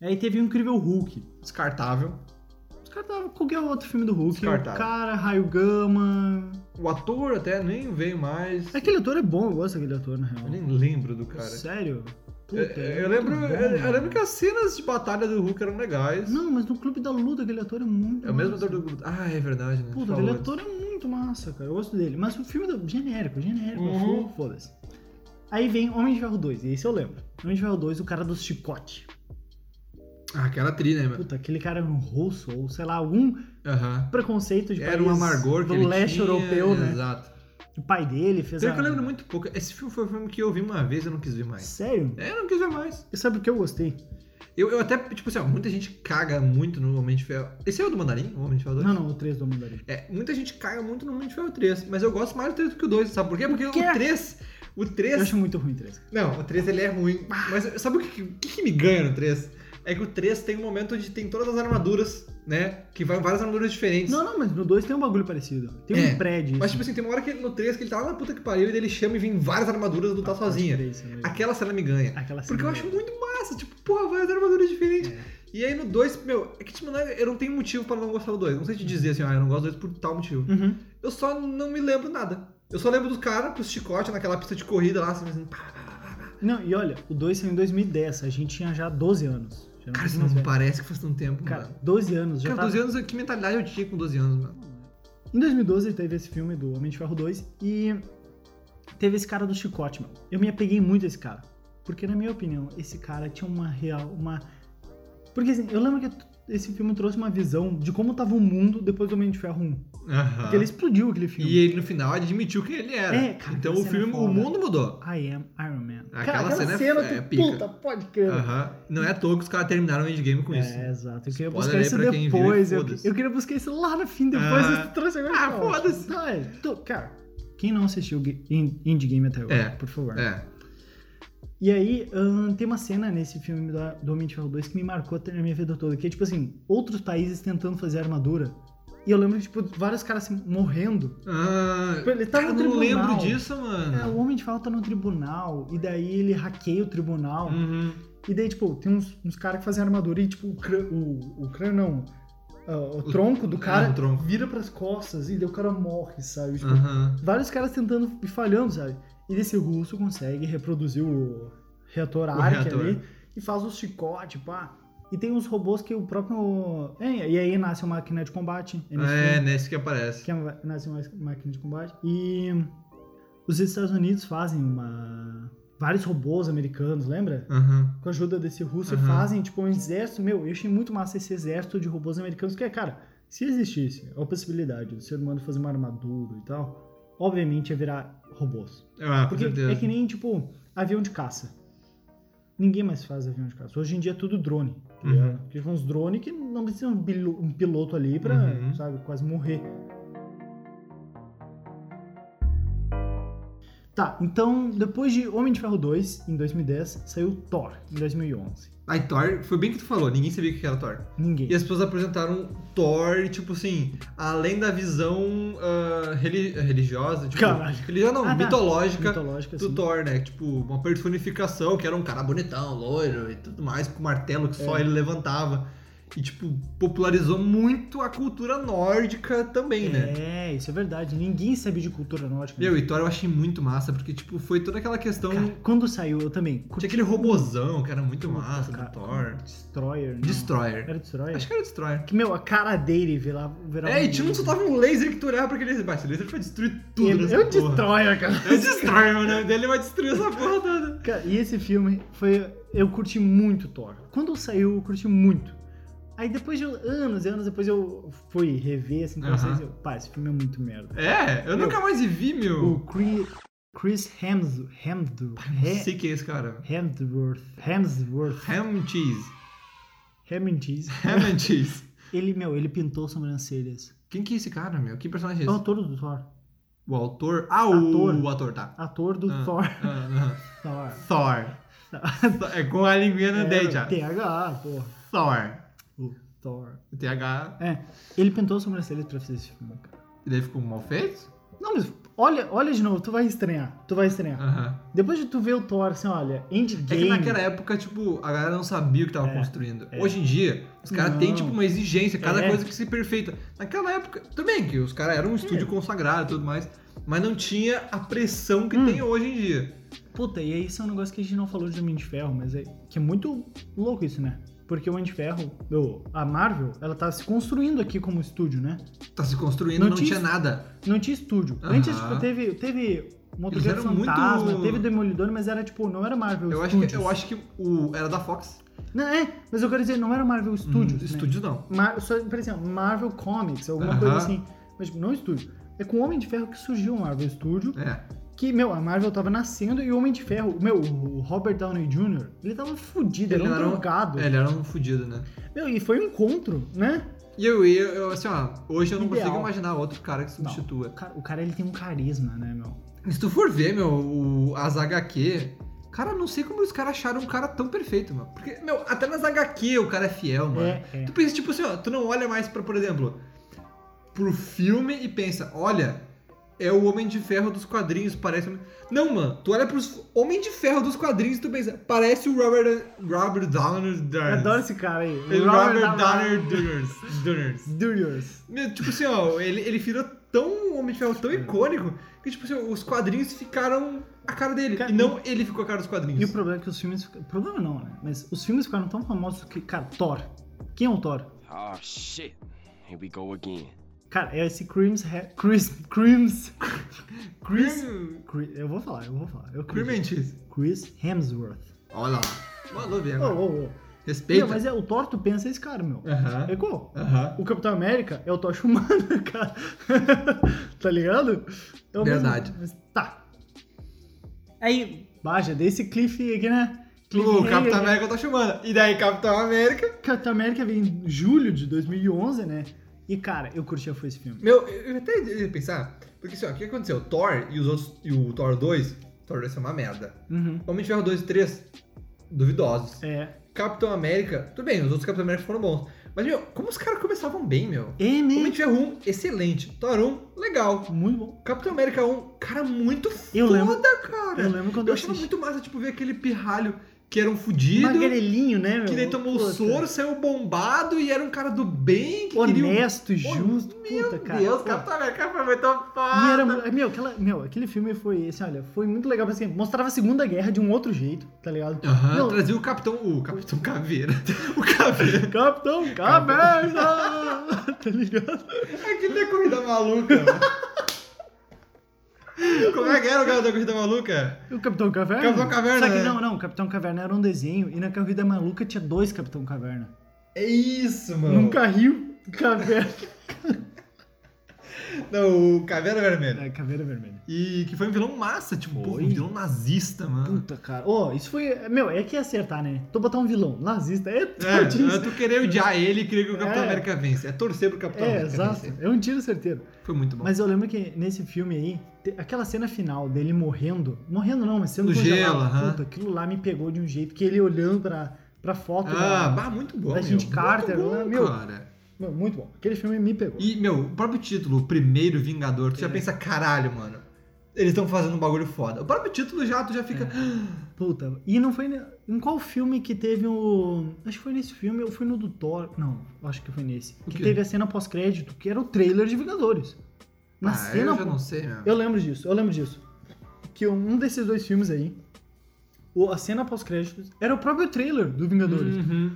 Speaker 2: Aí teve o Incrível Hulk.
Speaker 1: Descartável.
Speaker 2: Os caras tavam com qualquer outro filme do Hulk.
Speaker 1: Descartável.
Speaker 2: O cara, Raio Gama...
Speaker 1: O ator até nem veio mais.
Speaker 2: Aquele ator é bom, eu gosto daquele ator, na real.
Speaker 1: Eu nem lembro do é cara.
Speaker 2: Sério? Puta,
Speaker 1: Eu,
Speaker 2: ele é
Speaker 1: eu
Speaker 2: muito
Speaker 1: lembro,
Speaker 2: bom,
Speaker 1: eu, eu
Speaker 2: mano.
Speaker 1: lembro que as cenas de batalha do Hulk eram legais.
Speaker 2: Não, mas no Clube da Luta aquele ator é muito
Speaker 1: É o mesmo
Speaker 2: massa.
Speaker 1: ator do Ah, é verdade, né?
Speaker 2: Puta,
Speaker 1: Falou
Speaker 2: aquele
Speaker 1: antes.
Speaker 2: ator é muito massa, cara. Eu gosto dele. Mas o filme do... genérico, genérico.
Speaker 1: Uhum.
Speaker 2: fo- Foda-se. Aí vem Homem de Ferro 2, e esse eu lembro. Homem de Ferro 2, o cara do chicote.
Speaker 1: Ah, aquela tri, né, meu?
Speaker 2: Puta, aquele cara era um russo, ou sei lá, algum
Speaker 1: Aham.
Speaker 2: preconceito de
Speaker 1: Era
Speaker 2: país
Speaker 1: um amargor que
Speaker 2: do
Speaker 1: ele
Speaker 2: leste
Speaker 1: tinha,
Speaker 2: europeu, né?
Speaker 1: Exato.
Speaker 2: O pai dele fez
Speaker 1: Pior
Speaker 2: a...
Speaker 1: que eu lembro muito pouco. Esse filme foi um filme que eu vi uma vez e eu não quis ver mais.
Speaker 2: Sério?
Speaker 1: É, eu não quis ver mais.
Speaker 2: E sabe o que eu gostei?
Speaker 1: Eu, eu até, tipo assim, ó, muita gente caga muito no Homem de Ferro. Esse é o do Mandarim? O Homem de Ferro 2?
Speaker 2: Não, não, o 3 do Mandarim.
Speaker 1: É, muita gente caga muito no Homem de Ferro 3, mas eu gosto mais do 3 do que o 2, sabe por quê? Porque
Speaker 2: quê?
Speaker 1: o 3. O
Speaker 2: é? Eu
Speaker 1: 3.
Speaker 2: acho muito ruim o 3.
Speaker 1: Não, o 3 ele é ruim. Mas sabe o que, o que, que me ganha no 3? É que o 3 tem um momento onde tem todas as armaduras, né? Que vai várias armaduras diferentes.
Speaker 2: Não, não, mas no 2 tem um bagulho parecido. Tem
Speaker 1: É,
Speaker 2: um prédio.
Speaker 1: Mas, tipo assim, tem uma hora que ele- no 3 que ele tá lá na puta que pariu e daí ele chama e vem várias armaduras lutar
Speaker 2: Ah,
Speaker 1: assim, tá sozinha.
Speaker 2: pode crer, isso é mesmo.
Speaker 1: Aquela cena me ganha.
Speaker 2: Aquela
Speaker 1: Porque eu
Speaker 2: cena
Speaker 1: acho
Speaker 2: é-
Speaker 1: muito massa, tipo, porra, várias armaduras diferentes. E aí no 2, meu, é que tipo, não é- eu não tenho motivo pra não gostar do 2. Não sei te dizer assim, ah, eu não gosto do 2 por tal motivo.
Speaker 2: Uhum.
Speaker 1: Eu só não me lembro nada. Eu só lembro dos caras com os chicotes naquela pista de corrida lá, assim, assim pá, pá, pá, pá.
Speaker 2: Não, e olha, o 2 saiu em 2010, a gente tinha já 12 anos. Já
Speaker 1: Cara, isso
Speaker 2: tinha
Speaker 1: não
Speaker 2: mais velho.
Speaker 1: parece que faz tanto tempo,
Speaker 2: é. Cara,
Speaker 1: mano.
Speaker 2: 12 anos já
Speaker 1: Cara,
Speaker 2: tava...
Speaker 1: 12 anos, que mentalidade eu tinha com 12 anos, mano?
Speaker 2: Em 2012 teve esse filme do Homem de Ferro 2 e teve esse cara do chicote, mano. Eu me apeguei muito a esse cara. Porque, na minha opinião, esse cara tinha uma real. uma. Porque assim, eu lembro que esse filme trouxe uma visão de como tava o mundo depois do Homem de Ferro 1.
Speaker 1: Aham.
Speaker 2: Porque ele explodiu aquele filme.
Speaker 1: Ah. E ele no final admitiu quem ele era.
Speaker 2: É, cara,
Speaker 1: então
Speaker 2: que
Speaker 1: o
Speaker 2: cena
Speaker 1: filme, o
Speaker 2: foda.
Speaker 1: mundo mudou.
Speaker 2: I am Iron Man.
Speaker 1: Aquela
Speaker 2: cara, aquela
Speaker 1: cena é-
Speaker 2: cena,
Speaker 1: é
Speaker 2: tu,
Speaker 1: pica.
Speaker 2: puta, pode crer.
Speaker 1: Aham. Não é à toa que os caras terminaram o endgame com isso.
Speaker 2: É, exato. Eu queria
Speaker 1: Spoiler
Speaker 2: buscar
Speaker 1: aí
Speaker 2: isso
Speaker 1: pra quem viu e
Speaker 2: depois. eu,
Speaker 1: foda-se.
Speaker 2: eu queria buscar isso lá no fim depois.
Speaker 1: Ah.
Speaker 2: Ah, trouxe agora.
Speaker 1: Ah,
Speaker 2: Não,
Speaker 1: foda-se.
Speaker 2: não, é, tu- Cara, quem não assistiu Ga- In- Endgame até agora,
Speaker 1: É,
Speaker 2: por favor.
Speaker 1: É.
Speaker 2: E aí, ahn, tem uma cena nesse filme da- do Homem de Ferro 2 que me marcou até na minha vida toda, que é tipo assim, outros países tentando fazer armadura. E eu lembro, tipo, vários caras assim, morrendo.
Speaker 1: Ah,
Speaker 2: Tipo, Ele tá
Speaker 1: cara,
Speaker 2: no
Speaker 1: eu não
Speaker 2: tribunal.
Speaker 1: lembro disso, mano.
Speaker 2: É, o Homem de Ferro tá no tribunal, e daí ele hackeia o tribunal.
Speaker 1: Uhum.
Speaker 2: E daí, tipo, tem uns, uns caras que fazem armadura e, tipo, o, crân- o, o crânio não. ah, o tronco do
Speaker 1: é,
Speaker 2: cara
Speaker 1: o tronco.
Speaker 2: vira pras costas e daí o cara morre, sabe? Tipo,
Speaker 1: Aham.
Speaker 2: Vários caras tentando e falhando, sabe? E desse russo consegue reproduzir o reator Arc
Speaker 1: reator.
Speaker 2: ali e faz o chicote, pá. E tem uns robôs que o próprio. É, e aí nasce uma máquina de combate. nesse
Speaker 1: É,
Speaker 2: filme
Speaker 1: nesse que aparece.
Speaker 2: que é uma- nasce uma máquina de combate. E os Estados Unidos fazem uma. Vários robôs americanos, lembra?
Speaker 1: Aham.
Speaker 2: com a ajuda desse russo,
Speaker 1: Aham.
Speaker 2: fazem tipo um exército. Meu, eu achei muito massa esse exército de robôs americanos, que é, cara, se existisse a possibilidade do ser humano fazer uma armadura e tal, obviamente ia virar robôs.
Speaker 1: Ah, com
Speaker 2: Porque
Speaker 1: certeza.
Speaker 2: é que nem, tipo, avião de caça. Ninguém mais faz avião de caça. Hoje em dia é tudo drone. tá
Speaker 1: Uhum.
Speaker 2: ligado? Porque são uns drones que não precisam um, bilo- um piloto ali pra,
Speaker 1: Uhum.
Speaker 2: sabe, quase morrer. Tá, então, depois de Homem de Ferro 2, em 2010, saiu Thor, em 2011.
Speaker 1: Aí Thor, foi bem que tu falou, ninguém sabia o que era Thor.
Speaker 2: Ninguém.
Speaker 1: E as pessoas apresentaram Thor, e, tipo assim, além da visão ah, reli- religiosa, tipo,
Speaker 2: Caralho.
Speaker 1: religiosa não,
Speaker 2: Ah, tá.
Speaker 1: mitológica
Speaker 2: Mitológica,
Speaker 1: do
Speaker 2: assim.
Speaker 1: Thor, né? Tipo, uma personificação, que era um cara bonitão, loiro e tudo mais, com martelo que
Speaker 2: É.
Speaker 1: só ele levantava. E, tipo, popularizou muito a cultura nórdica também, né?
Speaker 2: É, isso é verdade. Ninguém sabia de cultura nórdica.
Speaker 1: Meu, e Thor eu então, achei muito massa, porque, tipo, foi toda aquela questão.
Speaker 2: Cara, quando saiu, eu também.
Speaker 1: tinha aquele robozão que era muito
Speaker 2: Puta,
Speaker 1: massa
Speaker 2: cara,
Speaker 1: do Thor.
Speaker 2: Destroyer. não.
Speaker 1: Destroyer.
Speaker 2: Era Destroyer?
Speaker 1: Acho que era Destroyer.
Speaker 2: Que, meu, a cara dele virava. virava
Speaker 1: É, e tinha um soltava um laser que tu olhava pra aquele laser. Bah, esse laser vai destruir tudo.
Speaker 2: Ele-
Speaker 1: nessa
Speaker 2: É o
Speaker 1: né, porra.
Speaker 2: Destroyer, cara.
Speaker 1: É o Destroyer, mano. O nome dele vai destruir essa porra toda.
Speaker 2: Cara, e esse filme foi. Eu curti muito Thor. Quando saiu, eu curti muito. Aí depois de anos e anos depois eu fui rever assim pra
Speaker 1: Aham.
Speaker 2: vocês e eu, pá, esse filme é muito merda.
Speaker 1: É, eu
Speaker 2: Meu.
Speaker 1: nunca mais vi, meu.
Speaker 2: O Chris, Chris Hems, Hemsworth,
Speaker 1: Não sei quem é esse cara.
Speaker 2: Hemsworth, Hemsworth,
Speaker 1: Ham cheese.
Speaker 2: Hemingway,
Speaker 1: Ham and cheese.
Speaker 2: ele, meu, ele pintou sobrancelhas.
Speaker 1: Quem que é esse cara, meu? Que personagem é
Speaker 2: É o
Speaker 1: esse?
Speaker 2: autor do Thor.
Speaker 1: O autor. Ah, o
Speaker 2: Ator.
Speaker 1: ator, o ator tá.
Speaker 2: Ator do
Speaker 1: Ah,
Speaker 2: Thor.
Speaker 1: ah,
Speaker 2: Thor.
Speaker 1: ah. Thor. Thor. É com a linguinha no
Speaker 2: É,
Speaker 1: dente, já.
Speaker 2: TH, porra.
Speaker 1: Thor.
Speaker 2: O Thor.
Speaker 1: O TH.
Speaker 2: É, ele pintou sobrancelhas pra fazer esse filme, cara.
Speaker 1: E daí ficou mal feito?
Speaker 2: Não, mas olha, olha de novo, tu vai estranhar. Tu vai estranhar.
Speaker 1: Aham.
Speaker 2: Depois de tu ver o Thor, assim, olha,
Speaker 1: É
Speaker 2: Endgame.
Speaker 1: que naquela época, tipo, a galera não sabia o que tava
Speaker 2: É,
Speaker 1: construindo.
Speaker 2: é.
Speaker 1: Hoje em dia, os caras têm,
Speaker 2: Não.
Speaker 1: tipo, uma exigência, cada
Speaker 2: É.
Speaker 1: coisa que se perfeita. Naquela época, também, que os caras eram um
Speaker 2: É.
Speaker 1: estúdio consagrado e tudo mais, mas não tinha a pressão que
Speaker 2: Hum.
Speaker 1: tem hoje em dia.
Speaker 2: Puta, e aí isso é um negócio que a gente não falou de Homem de Ferro, mas é que é muito louco isso, né? Porque o Homem de Ferro, o- a Marvel, ela tá se construindo aqui como estúdio, né?
Speaker 1: Tá se construindo,
Speaker 2: Não
Speaker 1: não,
Speaker 2: tinha
Speaker 1: tinha nada.
Speaker 2: Não tinha estúdio.
Speaker 1: Aham.
Speaker 2: Antes, tipo, teve, teve um Motoqueiro
Speaker 1: Eles eram muito-
Speaker 2: Fantasma, teve Demolidor, mas era, tipo, não era Marvel
Speaker 1: Eu acho,
Speaker 2: Studios.
Speaker 1: que, eu acho que o era da Fox. Hum,
Speaker 2: Não, é, mas eu quero dizer, não era
Speaker 1: Uhum,
Speaker 2: Marvel Studios, né?
Speaker 1: Estúdios não.
Speaker 2: Mar, só, por exemplo, Marvel Comics, alguma
Speaker 1: Aham.
Speaker 2: coisa assim. Mas, tipo, não estúdio. É com o Homem de Ferro que surgiu o Marvel Studio,
Speaker 1: É.
Speaker 2: que, meu, a Marvel tava nascendo e o Homem de Ferro, meu, o Robert Downey Jr., ele tava fudido, ele
Speaker 1: Ele
Speaker 2: era
Speaker 1: era
Speaker 2: um
Speaker 1: um-
Speaker 2: drogado.
Speaker 1: Ele era um fudido, né?
Speaker 2: Meu, e foi um encontro, né?
Speaker 1: E eu, eu, eu, assim, ó, hoje eu não
Speaker 2: Ideal.
Speaker 1: consigo imaginar outro cara que substitua.
Speaker 2: O cara, o cara, ele tem um carisma, né, meu?
Speaker 1: Se tu for ver, meu, o, as HQ, cara, eu não sei como os caras acharam um cara tão perfeito, meu. Porque, meu, até nas HQ o cara é fiel, mano.
Speaker 2: É, é.
Speaker 1: Tu pensa, tipo assim, ó, tu não olha mais pra, por exemplo, pro filme e pensa, olha, é o Homem de Ferro dos quadrinhos, parece. um- Não, mano, tu olha pros Homem de Ferro dos quadrinhos e tu pensa, parece o Robert, Robert Downer
Speaker 2: Eu adoro
Speaker 1: Durners.
Speaker 2: esse cara aí.
Speaker 1: Robert, É. Robert Downer Durners. Durners.
Speaker 2: Durious.
Speaker 1: Meu, tipo assim, ó, ele, ele virou tão um Homem de Ferro tão icônico que, tipo assim, os quadrinhos ficaram a cara dele.
Speaker 2: Cara,
Speaker 1: e não ele ficou a cara dos quadrinhos.
Speaker 2: E o problema é que os filmes... Problema não, né? Mas os filmes ficaram tão famosos que... Cara, Thor. Quem é o Thor?
Speaker 3: Oh shit. Here we go again.
Speaker 2: Cara, é esse Crims... He- Chris... Crims... Chris...
Speaker 1: Cream,
Speaker 2: Chris... Eu vou falar, eu vou falar. Eu
Speaker 1: cream
Speaker 2: acredito.
Speaker 1: and Oh, cheese.
Speaker 2: Chris Hemsworth.
Speaker 1: Olha lá. Falou,
Speaker 2: Ô,
Speaker 1: velho.
Speaker 2: ô, ô.
Speaker 1: Respeita.
Speaker 2: Não, mas é, o Thor, tu pensa esse cara, meu.
Speaker 1: Aham.
Speaker 2: É igual.
Speaker 1: Aham.
Speaker 2: O Capitão América é o Tocha Humana, cara. tá ligado? É o mesmo-
Speaker 1: Verdade.
Speaker 2: mas tá. Aí, baixa, desse cliff aqui, né?
Speaker 1: Tipo, O
Speaker 2: Cliffhanger.
Speaker 1: Capitão América tá chamando. E daí, Capitão América.
Speaker 2: Capitão América vem em julho de 2011, né? E, cara, eu curti foi esse filme.
Speaker 1: Meu, eu eu até ia pensar. Porque assim, ó, o que aconteceu? O Thor e os outros. E o Thor 2. O Thor 2 é uma merda.
Speaker 2: Uhum.
Speaker 1: Homem de Ferro 2 e 3. Duvidosos.
Speaker 2: É.
Speaker 1: Capitão América. Tudo bem, os outros Capitão América foram bons. Mas, meu, como os caras começavam bem, meu?
Speaker 2: É,
Speaker 1: Homem
Speaker 2: né?
Speaker 1: de Ferro 1, excelente. Thor 1, legal.
Speaker 2: Muito bom.
Speaker 1: Capitão América 1, cara, muito foda,
Speaker 2: Eu lembro-
Speaker 1: cara.
Speaker 2: Eu lembro quando
Speaker 1: Eu
Speaker 2: eu
Speaker 1: achava
Speaker 2: assisti.
Speaker 1: muito massa, tipo, ver aquele pirralho que era um fudido,
Speaker 2: Magrelinho, né, meu?
Speaker 1: que daí tomou
Speaker 2: Puta.
Speaker 1: o soro, saiu bombado e era um cara do bem, que queria...
Speaker 2: Honesto e
Speaker 1: Pô,
Speaker 2: justo. Puta,
Speaker 1: um-
Speaker 2: cara.
Speaker 1: Deus,
Speaker 2: Pô.
Speaker 1: Capitão América foi muito
Speaker 2: E
Speaker 1: foda.
Speaker 2: era, mu- meu, aquela, meu, aquele filme foi, assim, olha, foi muito legal, porque assim, mostrava a Segunda Guerra de um outro jeito, tá ligado?
Speaker 1: Aham,
Speaker 2: Meu,
Speaker 1: trazia o Capitão... O Capitão Caveira. o Caveira.
Speaker 2: Capitão Caverna! tá ligado?
Speaker 1: Aquele
Speaker 2: é
Speaker 1: da Corrida Maluca. mano. Como é que era o cara da Corrida Maluca?
Speaker 2: O Capitão Caverna?
Speaker 1: Capitão Caverna,
Speaker 2: Só que
Speaker 1: é.
Speaker 2: não, não, o Capitão Caverna era um desenho, e na Corrida Maluca tinha dois Capitão Caverna.
Speaker 1: É isso, mano.
Speaker 2: Num carril, caverna...
Speaker 1: Não, o Caveira Vermelha.
Speaker 2: é, caveira vermelha.
Speaker 1: E que foi um vilão massa, tipo, pô,
Speaker 2: Foi.
Speaker 1: um vilão nazista, mano.
Speaker 2: Puta, cara. Ô, isso foi... Meu, é que ia acertar, né? Tu botar um vilão nazista é
Speaker 1: É,
Speaker 2: todinho.
Speaker 1: tu querer odiar ele e querer que o Capitão
Speaker 2: É.
Speaker 1: América vence. É torcer pro Capitão
Speaker 2: É,
Speaker 1: América
Speaker 2: exato.
Speaker 1: vencer.
Speaker 2: É um tiro certeiro.
Speaker 1: Foi muito bom.
Speaker 2: Mas eu lembro que nesse filme aí, te- aquela cena final dele morrendo, morrendo não, mas sendo
Speaker 1: No
Speaker 2: congelado,
Speaker 1: gelo, aham.
Speaker 2: puta, aquilo lá me pegou de um jeito que ele olhando pra, pra foto né?
Speaker 1: ah,
Speaker 2: da-
Speaker 1: bah, muito bom,
Speaker 2: é da
Speaker 1: meu.
Speaker 2: gente Carter,
Speaker 1: muito bom,
Speaker 2: né, meu?
Speaker 1: cara.
Speaker 2: Meu, muito bom. Aquele filme me pegou.
Speaker 1: E, meu, o próprio título, o primeiro Vingador, tu já
Speaker 2: É.
Speaker 1: pensa, caralho, mano. Eles estão fazendo um bagulho foda. O próprio título já, tu já
Speaker 2: É.
Speaker 1: fica... "Ah,
Speaker 2: Puta, e não foi ne- em qual filme que teve o acho que foi nesse filme, ou foi no do Thor, não, acho que foi nesse,
Speaker 1: O
Speaker 2: que
Speaker 1: quê?
Speaker 2: teve a cena pós-crédito, que era o trailer de Vingadores. Na
Speaker 1: ah,
Speaker 2: cena
Speaker 1: eu já não sei, meu.
Speaker 2: Eu lembro disso, eu lembro disso. Que um desses dois filmes aí, o- a cena pós-créditos, era o próprio trailer do Vingadores.
Speaker 1: Uhum.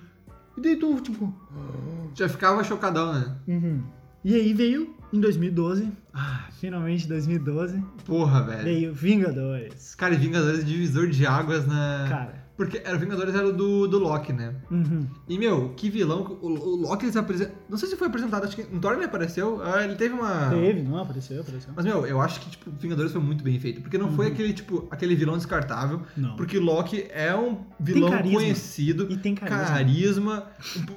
Speaker 2: E daí tu, tipo.
Speaker 1: Já ficava chocadão, né?
Speaker 2: uhum. E aí veio, em 2012,
Speaker 1: Ah,
Speaker 2: finalmente 2012,
Speaker 1: porra, velho.
Speaker 2: veio Vingadores.
Speaker 1: Cara, e Vingadores é divisor de águas na...
Speaker 2: Cara,
Speaker 1: Porque era o Vingadores era o do, do Loki, né?
Speaker 2: Uhum.
Speaker 1: E, meu, que vilão. O, o Loki, ele se apresenta... Não sei se foi apresentado, acho que no Thor ele apareceu. ah, Ele teve uma...
Speaker 2: Teve, não, apareceu, apareceu.
Speaker 1: Mas, meu, eu acho que, tipo, Vingadores foi muito bem feito. Porque não
Speaker 2: Uhum.
Speaker 1: foi aquele, tipo, aquele vilão descartável.
Speaker 2: Não.
Speaker 1: Porque Loki é um vilão
Speaker 2: carisma.
Speaker 1: conhecido.
Speaker 2: E tem carisma.
Speaker 1: Carisma.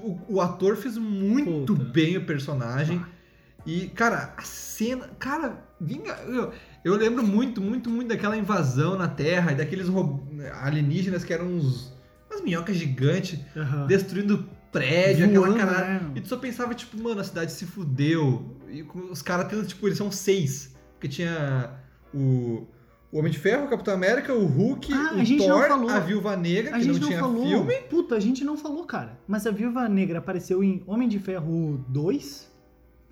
Speaker 1: O, o ator fez muito
Speaker 2: Puta.
Speaker 1: bem o personagem. E, cara, a cena. Cara, vinga. Eu, eu lembro muito, muito, muito daquela invasão na Terra e daqueles ro- alienígenas que eram uns. umas minhocas gigantes
Speaker 2: Aham.
Speaker 1: destruindo prédio,
Speaker 2: Voando,
Speaker 1: aquela cara.
Speaker 2: né?
Speaker 1: E tu só pensava, tipo, mano, a cidade se fudeu. E com- os caras tendo, tipo, eles são seis. Porque tinha o, o Homem de Ferro, o Capitão América, o Hulk,
Speaker 2: Ah, a
Speaker 1: o
Speaker 2: gente não falou.
Speaker 1: Thor, a Viúva Negra,
Speaker 2: A
Speaker 1: que
Speaker 2: gente
Speaker 1: não,
Speaker 2: não,
Speaker 1: tinha
Speaker 2: falou.
Speaker 1: filme.
Speaker 2: Puta, a gente não falou, cara. Mas a Viúva Negra apareceu em Homem de Ferro 2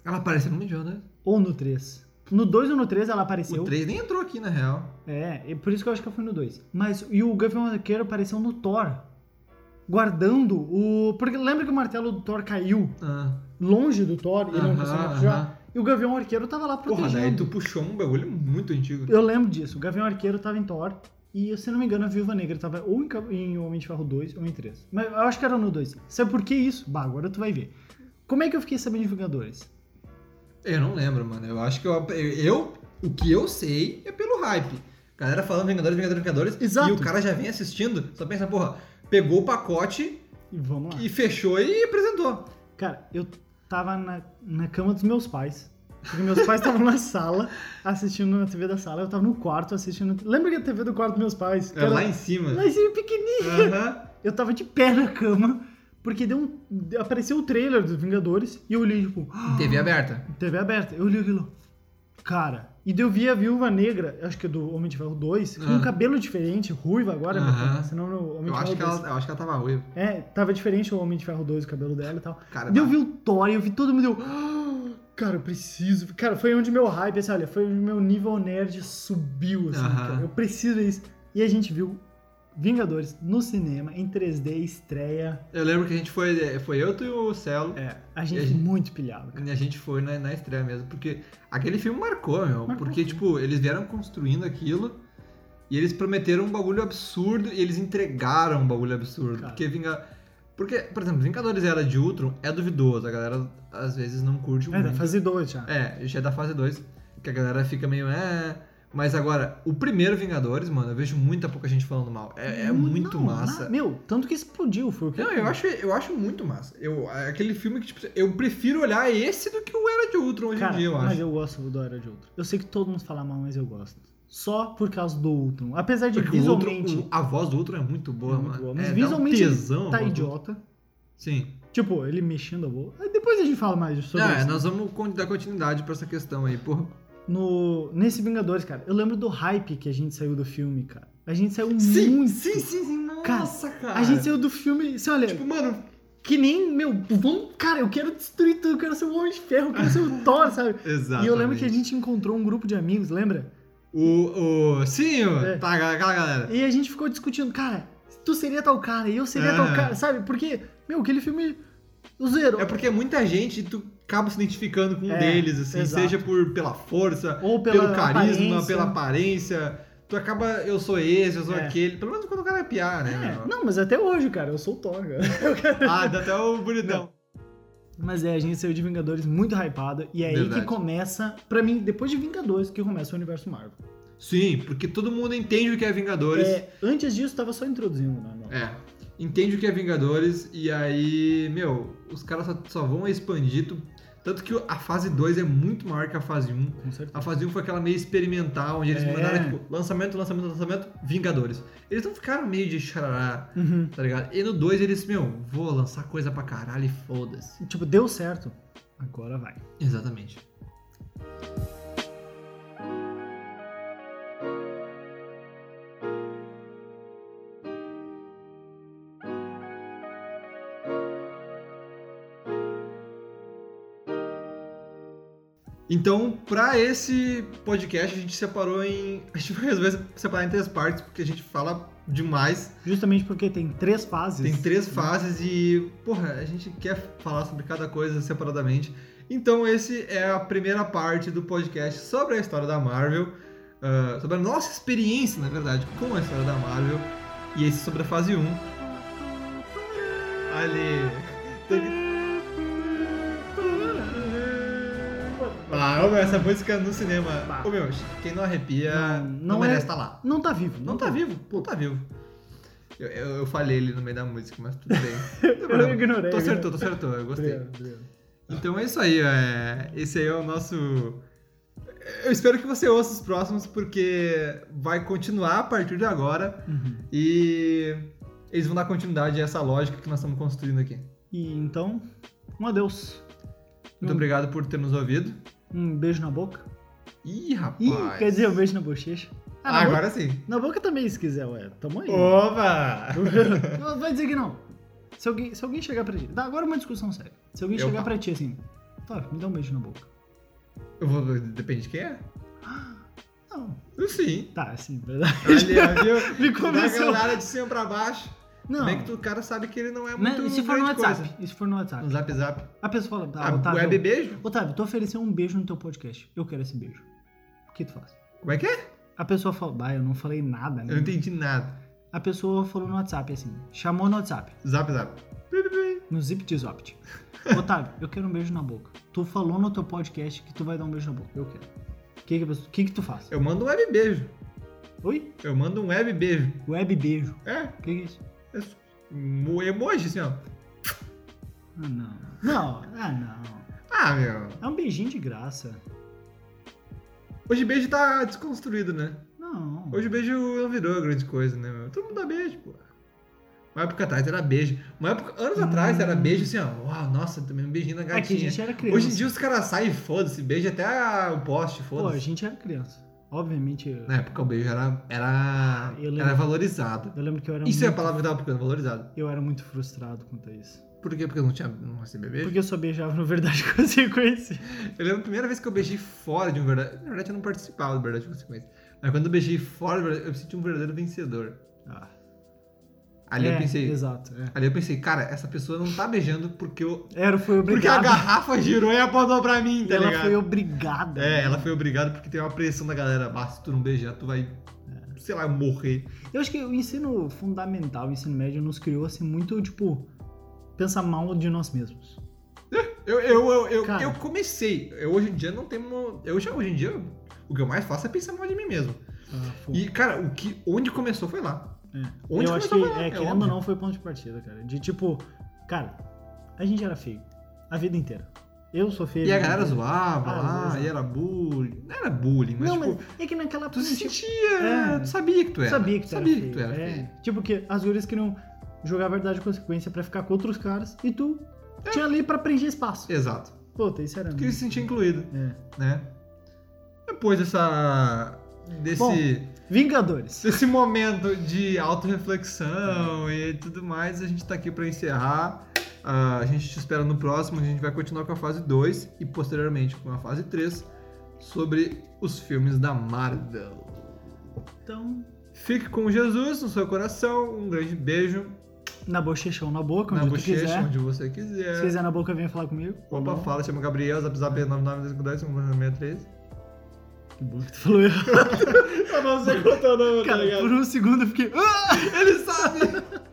Speaker 1: Ela apareceu no Mundial, né?
Speaker 2: ou no 3? No 2 ou no 3 ela apareceu.
Speaker 1: O 3 nem entrou aqui, na real.
Speaker 2: É, e por isso que eu acho que foi no 2. Mas e o Gavião Arqueiro apareceu no Thor. Guardando o. Porque lembra que o martelo do Thor caiu
Speaker 1: Ah,
Speaker 2: um longe do Thor e não
Speaker 1: aham,
Speaker 2: conseguiu
Speaker 1: aham.
Speaker 2: puxar? E o Gavião Arqueiro tava lá protegendo.
Speaker 1: Porra, daí tu puxou um bagulho muito antigo.
Speaker 2: Eu lembro disso. O Gavião Arqueiro tava em Thor. E, se não me engano, a Viúva Negra tava ou em, Ca- em Homem de Ferro 2 ou em 3. Mas eu acho que era no 2. Sabe por que isso? Bah, agora tu vai ver. Como é que eu fiquei sabendo de Vingadores?
Speaker 1: Eu não lembro, mano. Eu acho que eu, eu. O que eu sei é pelo hype. Galera falando Vingadores, Vingadores, Vingadores.
Speaker 2: Exato.
Speaker 1: E o cara já vem assistindo, só pensa, porra, pegou o pacote
Speaker 2: E vamos lá.
Speaker 1: e fechou e apresentou.
Speaker 2: Cara, eu tava na, na cama dos meus pais. Porque meus pais estavam na sala, assistindo na TV da sala. Eu tava no quarto assistindo. Lembra que a TV do quarto dos meus pais? Que
Speaker 1: É, lá em cima. É.
Speaker 2: Mas ele pequenininho.
Speaker 1: Aham.
Speaker 2: Eu tava de pé na cama. Porque deu um, apareceu o trailer dos Vingadores. E eu olhei, tipo... "Ah,
Speaker 1: TV aberta.
Speaker 2: TV aberta. Eu li aquilo. Cara. E daí eu vi a Viúva Negra, acho que é do Homem de Ferro 2, com um
Speaker 1: Ah.
Speaker 2: cabelo diferente, ruiva agora,
Speaker 1: Aham.
Speaker 2: né? senão no Homem
Speaker 1: Eu
Speaker 2: de
Speaker 1: acho,
Speaker 2: Ferro
Speaker 1: que
Speaker 2: 2.
Speaker 1: ela, eu acho que ela tava ruim.
Speaker 2: É, tava diferente o Homem de Ferro 2, o cabelo dela e tal.
Speaker 1: Cara, tá.
Speaker 2: Daí eu vi o Thor e eu vi todo mundo, eu... "Ah, Cara, eu preciso. Cara, foi onde meu hype, assim, olha, foi onde meu nível nerd subiu, assim,
Speaker 1: Aham.
Speaker 2: cara. Eu preciso isso. E a gente viu Vingadores no cinema, em 3D, estreia.
Speaker 1: eu lembro que a gente foi. Foi eu, tu e o Celo.
Speaker 2: É, a gente
Speaker 1: E a gente-
Speaker 2: muito pilhado, cara.
Speaker 1: E a gente foi na, na estreia mesmo, porque aquele filme marcou, meu.
Speaker 2: Marcou.
Speaker 1: Porque, tipo, eles vieram construindo aquilo e eles prometeram um bagulho absurdo e eles entregaram um bagulho absurdo.
Speaker 2: Cara.
Speaker 1: Porque vinga. Porque, por exemplo, Vingadores Era de Ultron é duvidoso, a galera às vezes não curte
Speaker 2: É,
Speaker 1: muito.
Speaker 2: da fase 2 já.
Speaker 1: É, já é da fase 2, que a galera fica meio. É. Mas agora, o primeiro Vingadores, mano, eu vejo muita pouca gente falando mal. É, é
Speaker 2: Não,
Speaker 1: muito
Speaker 2: não,
Speaker 1: massa.
Speaker 2: na- Meu, tanto que explodiu, foi o que
Speaker 1: Não, eu acho, eu acho muito massa. Eu, aquele filme que, tipo, eu prefiro olhar esse do que o Era de Ultron hoje
Speaker 2: Cara,
Speaker 1: em dia, eu
Speaker 2: mas
Speaker 1: acho.
Speaker 2: eu gosto do Era de Ultron. Eu sei que todo mundo fala mal, mas eu gosto. Só por causa do Ultron. Apesar de
Speaker 1: Porque o Ultron-
Speaker 2: visualmente.
Speaker 1: o- a voz do Ultron é muito boa,
Speaker 2: é muito
Speaker 1: mano.
Speaker 2: boa, mas
Speaker 1: é, dá um
Speaker 2: visualmente
Speaker 1: tesão, a
Speaker 2: tá
Speaker 1: voz do-
Speaker 2: idiota.
Speaker 1: Sim.
Speaker 2: Tipo, ele mexendo a boca. Aí Depois a gente fala mais sobre
Speaker 1: Ah,
Speaker 2: isso.
Speaker 1: nós vamos con- dar continuidade pra essa questão aí, porra.
Speaker 2: No, nesse Vingadores, cara, eu lembro do hype que a gente saiu do filme, cara. A gente saiu
Speaker 1: Sim,
Speaker 2: muito.
Speaker 1: sim, sim, sim.
Speaker 2: Cara,
Speaker 1: Nossa, cara.
Speaker 2: A gente saiu do filme. Assim, olha,
Speaker 1: Tipo, mano,
Speaker 2: que nem, meu, vamos. Cara, eu quero destruir tudo, eu quero ser o Homem de Ferro, eu quero ser o Thor, sabe?
Speaker 1: exato.
Speaker 2: E eu lembro que a gente encontrou um grupo de amigos, lembra?
Speaker 1: O. o sim, o-
Speaker 2: É.
Speaker 1: tá, aquela galera.
Speaker 2: E a gente ficou discutindo, cara, tu seria tal cara, e eu seria
Speaker 1: É.
Speaker 2: tal cara, sabe? Porque, meu, aquele filme. O zero.
Speaker 1: É porque muita gente, tu acaba se identificando com um
Speaker 2: É,
Speaker 1: deles, assim,
Speaker 2: exato.
Speaker 1: seja por, pela força,
Speaker 2: Ou pela
Speaker 1: pelo carisma,
Speaker 2: aparência.
Speaker 1: pela aparência. Tu acaba, eu sou esse, eu sou
Speaker 2: É.
Speaker 1: aquele. Pelo menos quando o cara é piá, né?
Speaker 2: É,
Speaker 1: meu?
Speaker 2: Não, mas até hoje, cara, eu sou o Thor, cara.
Speaker 1: Ah, dá até o bonitão.
Speaker 2: Mas é, a gente saiu de Vingadores muito hypado, e é aí
Speaker 1: Verdade.
Speaker 2: que começa, pra mim, depois de Vingadores, que começa o universo Marvel.
Speaker 1: Sim, porque todo mundo entende o que é Vingadores. É.
Speaker 2: É, antes disso, tava só introduzindo, né? meu?
Speaker 1: Entende o que é Vingadores e aí, meu, os caras só, só vão expandir. tu- Tanto que a fase 2 é muito maior que a fase 1.
Speaker 2: Com certeza.
Speaker 1: A fase 1 foi aquela meio experimental, onde eles
Speaker 2: É.
Speaker 1: mandaram, tipo, lançamento, lançamento, lançamento, Vingadores. Eles não ficaram meio de charará,
Speaker 2: Uhum.
Speaker 1: tá ligado? E no 2 eles, meu, vou lançar coisa pra caralho e foda-se.
Speaker 2: Tipo, deu certo. Agora vai.
Speaker 1: Exatamente. Então, pra esse podcast, a gente separou em. A gente vai às vezes separar em três partes, porque a gente fala demais.
Speaker 2: Justamente porque tem três fases.
Speaker 1: Tem três fases e, porra, a gente quer falar sobre cada coisa separadamente. Então, esse é a primeira parte do podcast sobre a história da Marvel, ah, sobre a nossa experiência, na verdade, com a história da Marvel. E esse sobre a fase 1. Ali. Ah, ô meu, essa música no cinema.
Speaker 2: Bah.
Speaker 1: Ô meu, quem não arrepia
Speaker 2: Não,
Speaker 1: não,
Speaker 2: não é-
Speaker 1: merece estar lá.
Speaker 2: Não tá vivo.
Speaker 1: Não tá vivo, não tá vivo. Eu, eu, eu falei ele no meio da música, mas tudo bem. Não tem
Speaker 2: Eu
Speaker 1: problema.
Speaker 2: ignorei.
Speaker 1: Tu acertou,
Speaker 2: eu
Speaker 1: tu acertou, eu
Speaker 2: ignorei.
Speaker 1: gostei.
Speaker 2: Obrigado, obrigado.
Speaker 1: Então é isso aí, é... esse aí é o nosso. Eu espero que você ouça os próximos, porque vai continuar a partir de agora
Speaker 2: Uhum.
Speaker 1: e eles vão dar continuidade a essa lógica que nós estamos construindo aqui.
Speaker 2: E então, um adeus.
Speaker 1: Muito
Speaker 2: Hum.
Speaker 1: obrigado por ter nos ouvido.
Speaker 2: Um beijo na boca.
Speaker 1: Ih, rapaz!
Speaker 2: Ih, quer dizer, um beijo na bochecha. Ah, na
Speaker 1: Ah, agora sim.
Speaker 2: Na boca também, se quiser, ué. Tamo aí.
Speaker 1: Opa!
Speaker 2: Não, Vai dizer que não. Se alguém, se alguém chegar pra ti. Tá, agora é uma discussão séria. Se alguém
Speaker 1: Eu
Speaker 2: chegar
Speaker 1: tá.
Speaker 2: pra ti assim. Tá, me dá um beijo na boca.
Speaker 1: Eu vou... Depende de quem é?
Speaker 2: Não.
Speaker 1: Sim.
Speaker 2: Tá, sim, verdade.
Speaker 1: Olha, viu?
Speaker 2: Me
Speaker 1: Tu dá aquela
Speaker 2: convenceu.
Speaker 1: olhada de cima pra baixo.
Speaker 2: Não.
Speaker 1: Como é que tu- o cara sabe que ele não é muito.
Speaker 2: Não, e se for no
Speaker 1: grande
Speaker 2: WhatsApp?
Speaker 1: coisa?
Speaker 2: E se for no WhatsApp?
Speaker 1: No zap zap.
Speaker 2: A pessoa fala, tá,
Speaker 1: Ah,
Speaker 2: Otávio.
Speaker 1: web beijo?
Speaker 2: Otávio, tu ofereceu um beijo no teu podcast. Eu quero esse beijo. O que tu faz?
Speaker 1: Como é que é?
Speaker 2: A pessoa fala, bah, eu não falei nada, né?
Speaker 1: Eu não entendi nada.
Speaker 2: A pessoa falou no WhatsApp assim. Chamou no WhatsApp.
Speaker 1: Zap zap.
Speaker 2: No Zip Zopt. Otávio, eu quero um beijo na boca. Tu falou no teu podcast que tu vai dar um beijo na boca. Eu quero. O que, que, a pessoa- o que, que tu faz?
Speaker 1: Eu mando um web beijo.
Speaker 2: Oi?
Speaker 1: Eu mando um web beijo.
Speaker 2: Web beijo.
Speaker 1: É,
Speaker 2: O que, que é isso?
Speaker 1: é su- um emoji assim, ó.
Speaker 2: Ah, não. Não, ah, não.
Speaker 1: Ah, meu.
Speaker 2: É um beijinho de graça.
Speaker 1: Hoje o beijo tá desconstruído, né?
Speaker 2: Não. É
Speaker 1: Hoje o beijo não virou grande coisa, né, meu? Todo mundo dá beijo, pô. Uma época atrás era beijo. Uma época, anos atrás era beijo assim, ó. Uau, nossa, também um beijinho na
Speaker 2: Hum. É que a
Speaker 1: gatinha.
Speaker 2: gente era criança.
Speaker 1: Hoje em dia os caras saem, foda-se, beija até a- o poste,
Speaker 2: Pô, a
Speaker 1: foda-se. Né?
Speaker 2: gente era criança. Obviamente. Eu,
Speaker 1: Na época o beijo era, era,
Speaker 2: Eu lembro.
Speaker 1: era valorizado.
Speaker 2: eu lembro que eu era
Speaker 1: Isso é a
Speaker 2: muito,
Speaker 1: palavra que eu tava procurando, valorizado.
Speaker 2: Eu era muito frustrado quanto a isso.
Speaker 1: Por quê? Porque eu não tinha não recebia beijo?
Speaker 2: Porque eu só beijava no verdade e consequência.
Speaker 1: Eu lembro a primeira vez que eu beijei fora de um verdade. Na verdade, eu não participava do verdade e consequência. Mas quando eu beijei fora, do Verdade- eu me senti um verdadeiro vencedor.
Speaker 2: Ah.
Speaker 1: Ali
Speaker 2: é,
Speaker 1: eu pensei.
Speaker 2: Exato. é.
Speaker 1: Ali eu pensei, cara, essa pessoa não tá beijando porque eu.
Speaker 2: Era, foi
Speaker 1: Porque a
Speaker 2: obrigado.
Speaker 1: garrafa girou e apontou pra mim, tá
Speaker 2: ela
Speaker 1: ligado?
Speaker 2: foi obrigada.
Speaker 1: É, ela foi obrigada porque tem uma pressão da galera. Bah, se tu não beijar, tu vai,
Speaker 2: É.
Speaker 1: sei lá, morrer.
Speaker 2: Eu acho que o ensino fundamental, o ensino médio, nos criou assim muito, tipo, pensar mal de nós mesmos.
Speaker 1: Eu, eu, eu, eu,
Speaker 2: Cara.
Speaker 1: eu comecei. Eu hoje em dia não tenho. uma- Eu já hoje em dia. O que eu mais faço é pensar mal de mim mesmo.
Speaker 2: Ah, foi.
Speaker 1: E, cara, o que, onde começou foi lá.
Speaker 2: É.
Speaker 1: Onde
Speaker 2: eu acho que,
Speaker 1: começou a falar?
Speaker 2: é,
Speaker 1: É
Speaker 2: querendo
Speaker 1: óbvio.
Speaker 2: ou não, foi ponto de partida, cara. De tipo, cara, a gente era feio. A vida inteira. Eu sou feio.
Speaker 1: E a
Speaker 2: vida
Speaker 1: galera
Speaker 2: inteira.
Speaker 1: zoava
Speaker 2: Ah,
Speaker 1: lá,
Speaker 2: exato.
Speaker 1: e era bullying. Não era bullying, mas,
Speaker 2: Não,
Speaker 1: tipo,
Speaker 2: mas é que naquela
Speaker 1: tu se
Speaker 2: época,
Speaker 1: sentia,
Speaker 2: é.
Speaker 1: tu sabia que tu era.
Speaker 2: sabia que tu
Speaker 1: sabia
Speaker 2: era
Speaker 1: que tu
Speaker 2: feio.
Speaker 1: era
Speaker 2: é.
Speaker 1: feio.
Speaker 2: Tipo que as gurias queriam jogar verdade e consequência pra ficar com outros caras e tu tinha ali pra preencher espaço.
Speaker 1: Exato.
Speaker 2: Puta, isso era.
Speaker 1: Porque ele se sentia incluído,
Speaker 2: É.
Speaker 1: né? Depois dessa. desse.
Speaker 2: Bom. Vingadores.
Speaker 1: desse momento de autorreflexão e tudo mais, a gente tá aqui pra encerrar. Ah, a gente te espera no próximo, a gente vai continuar com a fase 2 e posteriormente com a fase 3 sobre os filmes da Marvel.
Speaker 2: Então,
Speaker 1: Fique com Jesus no seu coração, um grande beijo
Speaker 2: na bochechão, na boca, onde
Speaker 1: na
Speaker 2: tu
Speaker 1: bochecha,
Speaker 2: quiser.
Speaker 1: onde você
Speaker 2: Se
Speaker 1: quiser.
Speaker 2: quiser tá na boca, venha falar comigo.
Speaker 1: Opa, fala, chama Gabriel, zap zap 99210
Speaker 2: Que bom que tu falou errado. um
Speaker 1: Eu não sei qual é o nome,
Speaker 2: Cara, por um segundo eu fiquei. "Ah!"
Speaker 1: Ele sabe!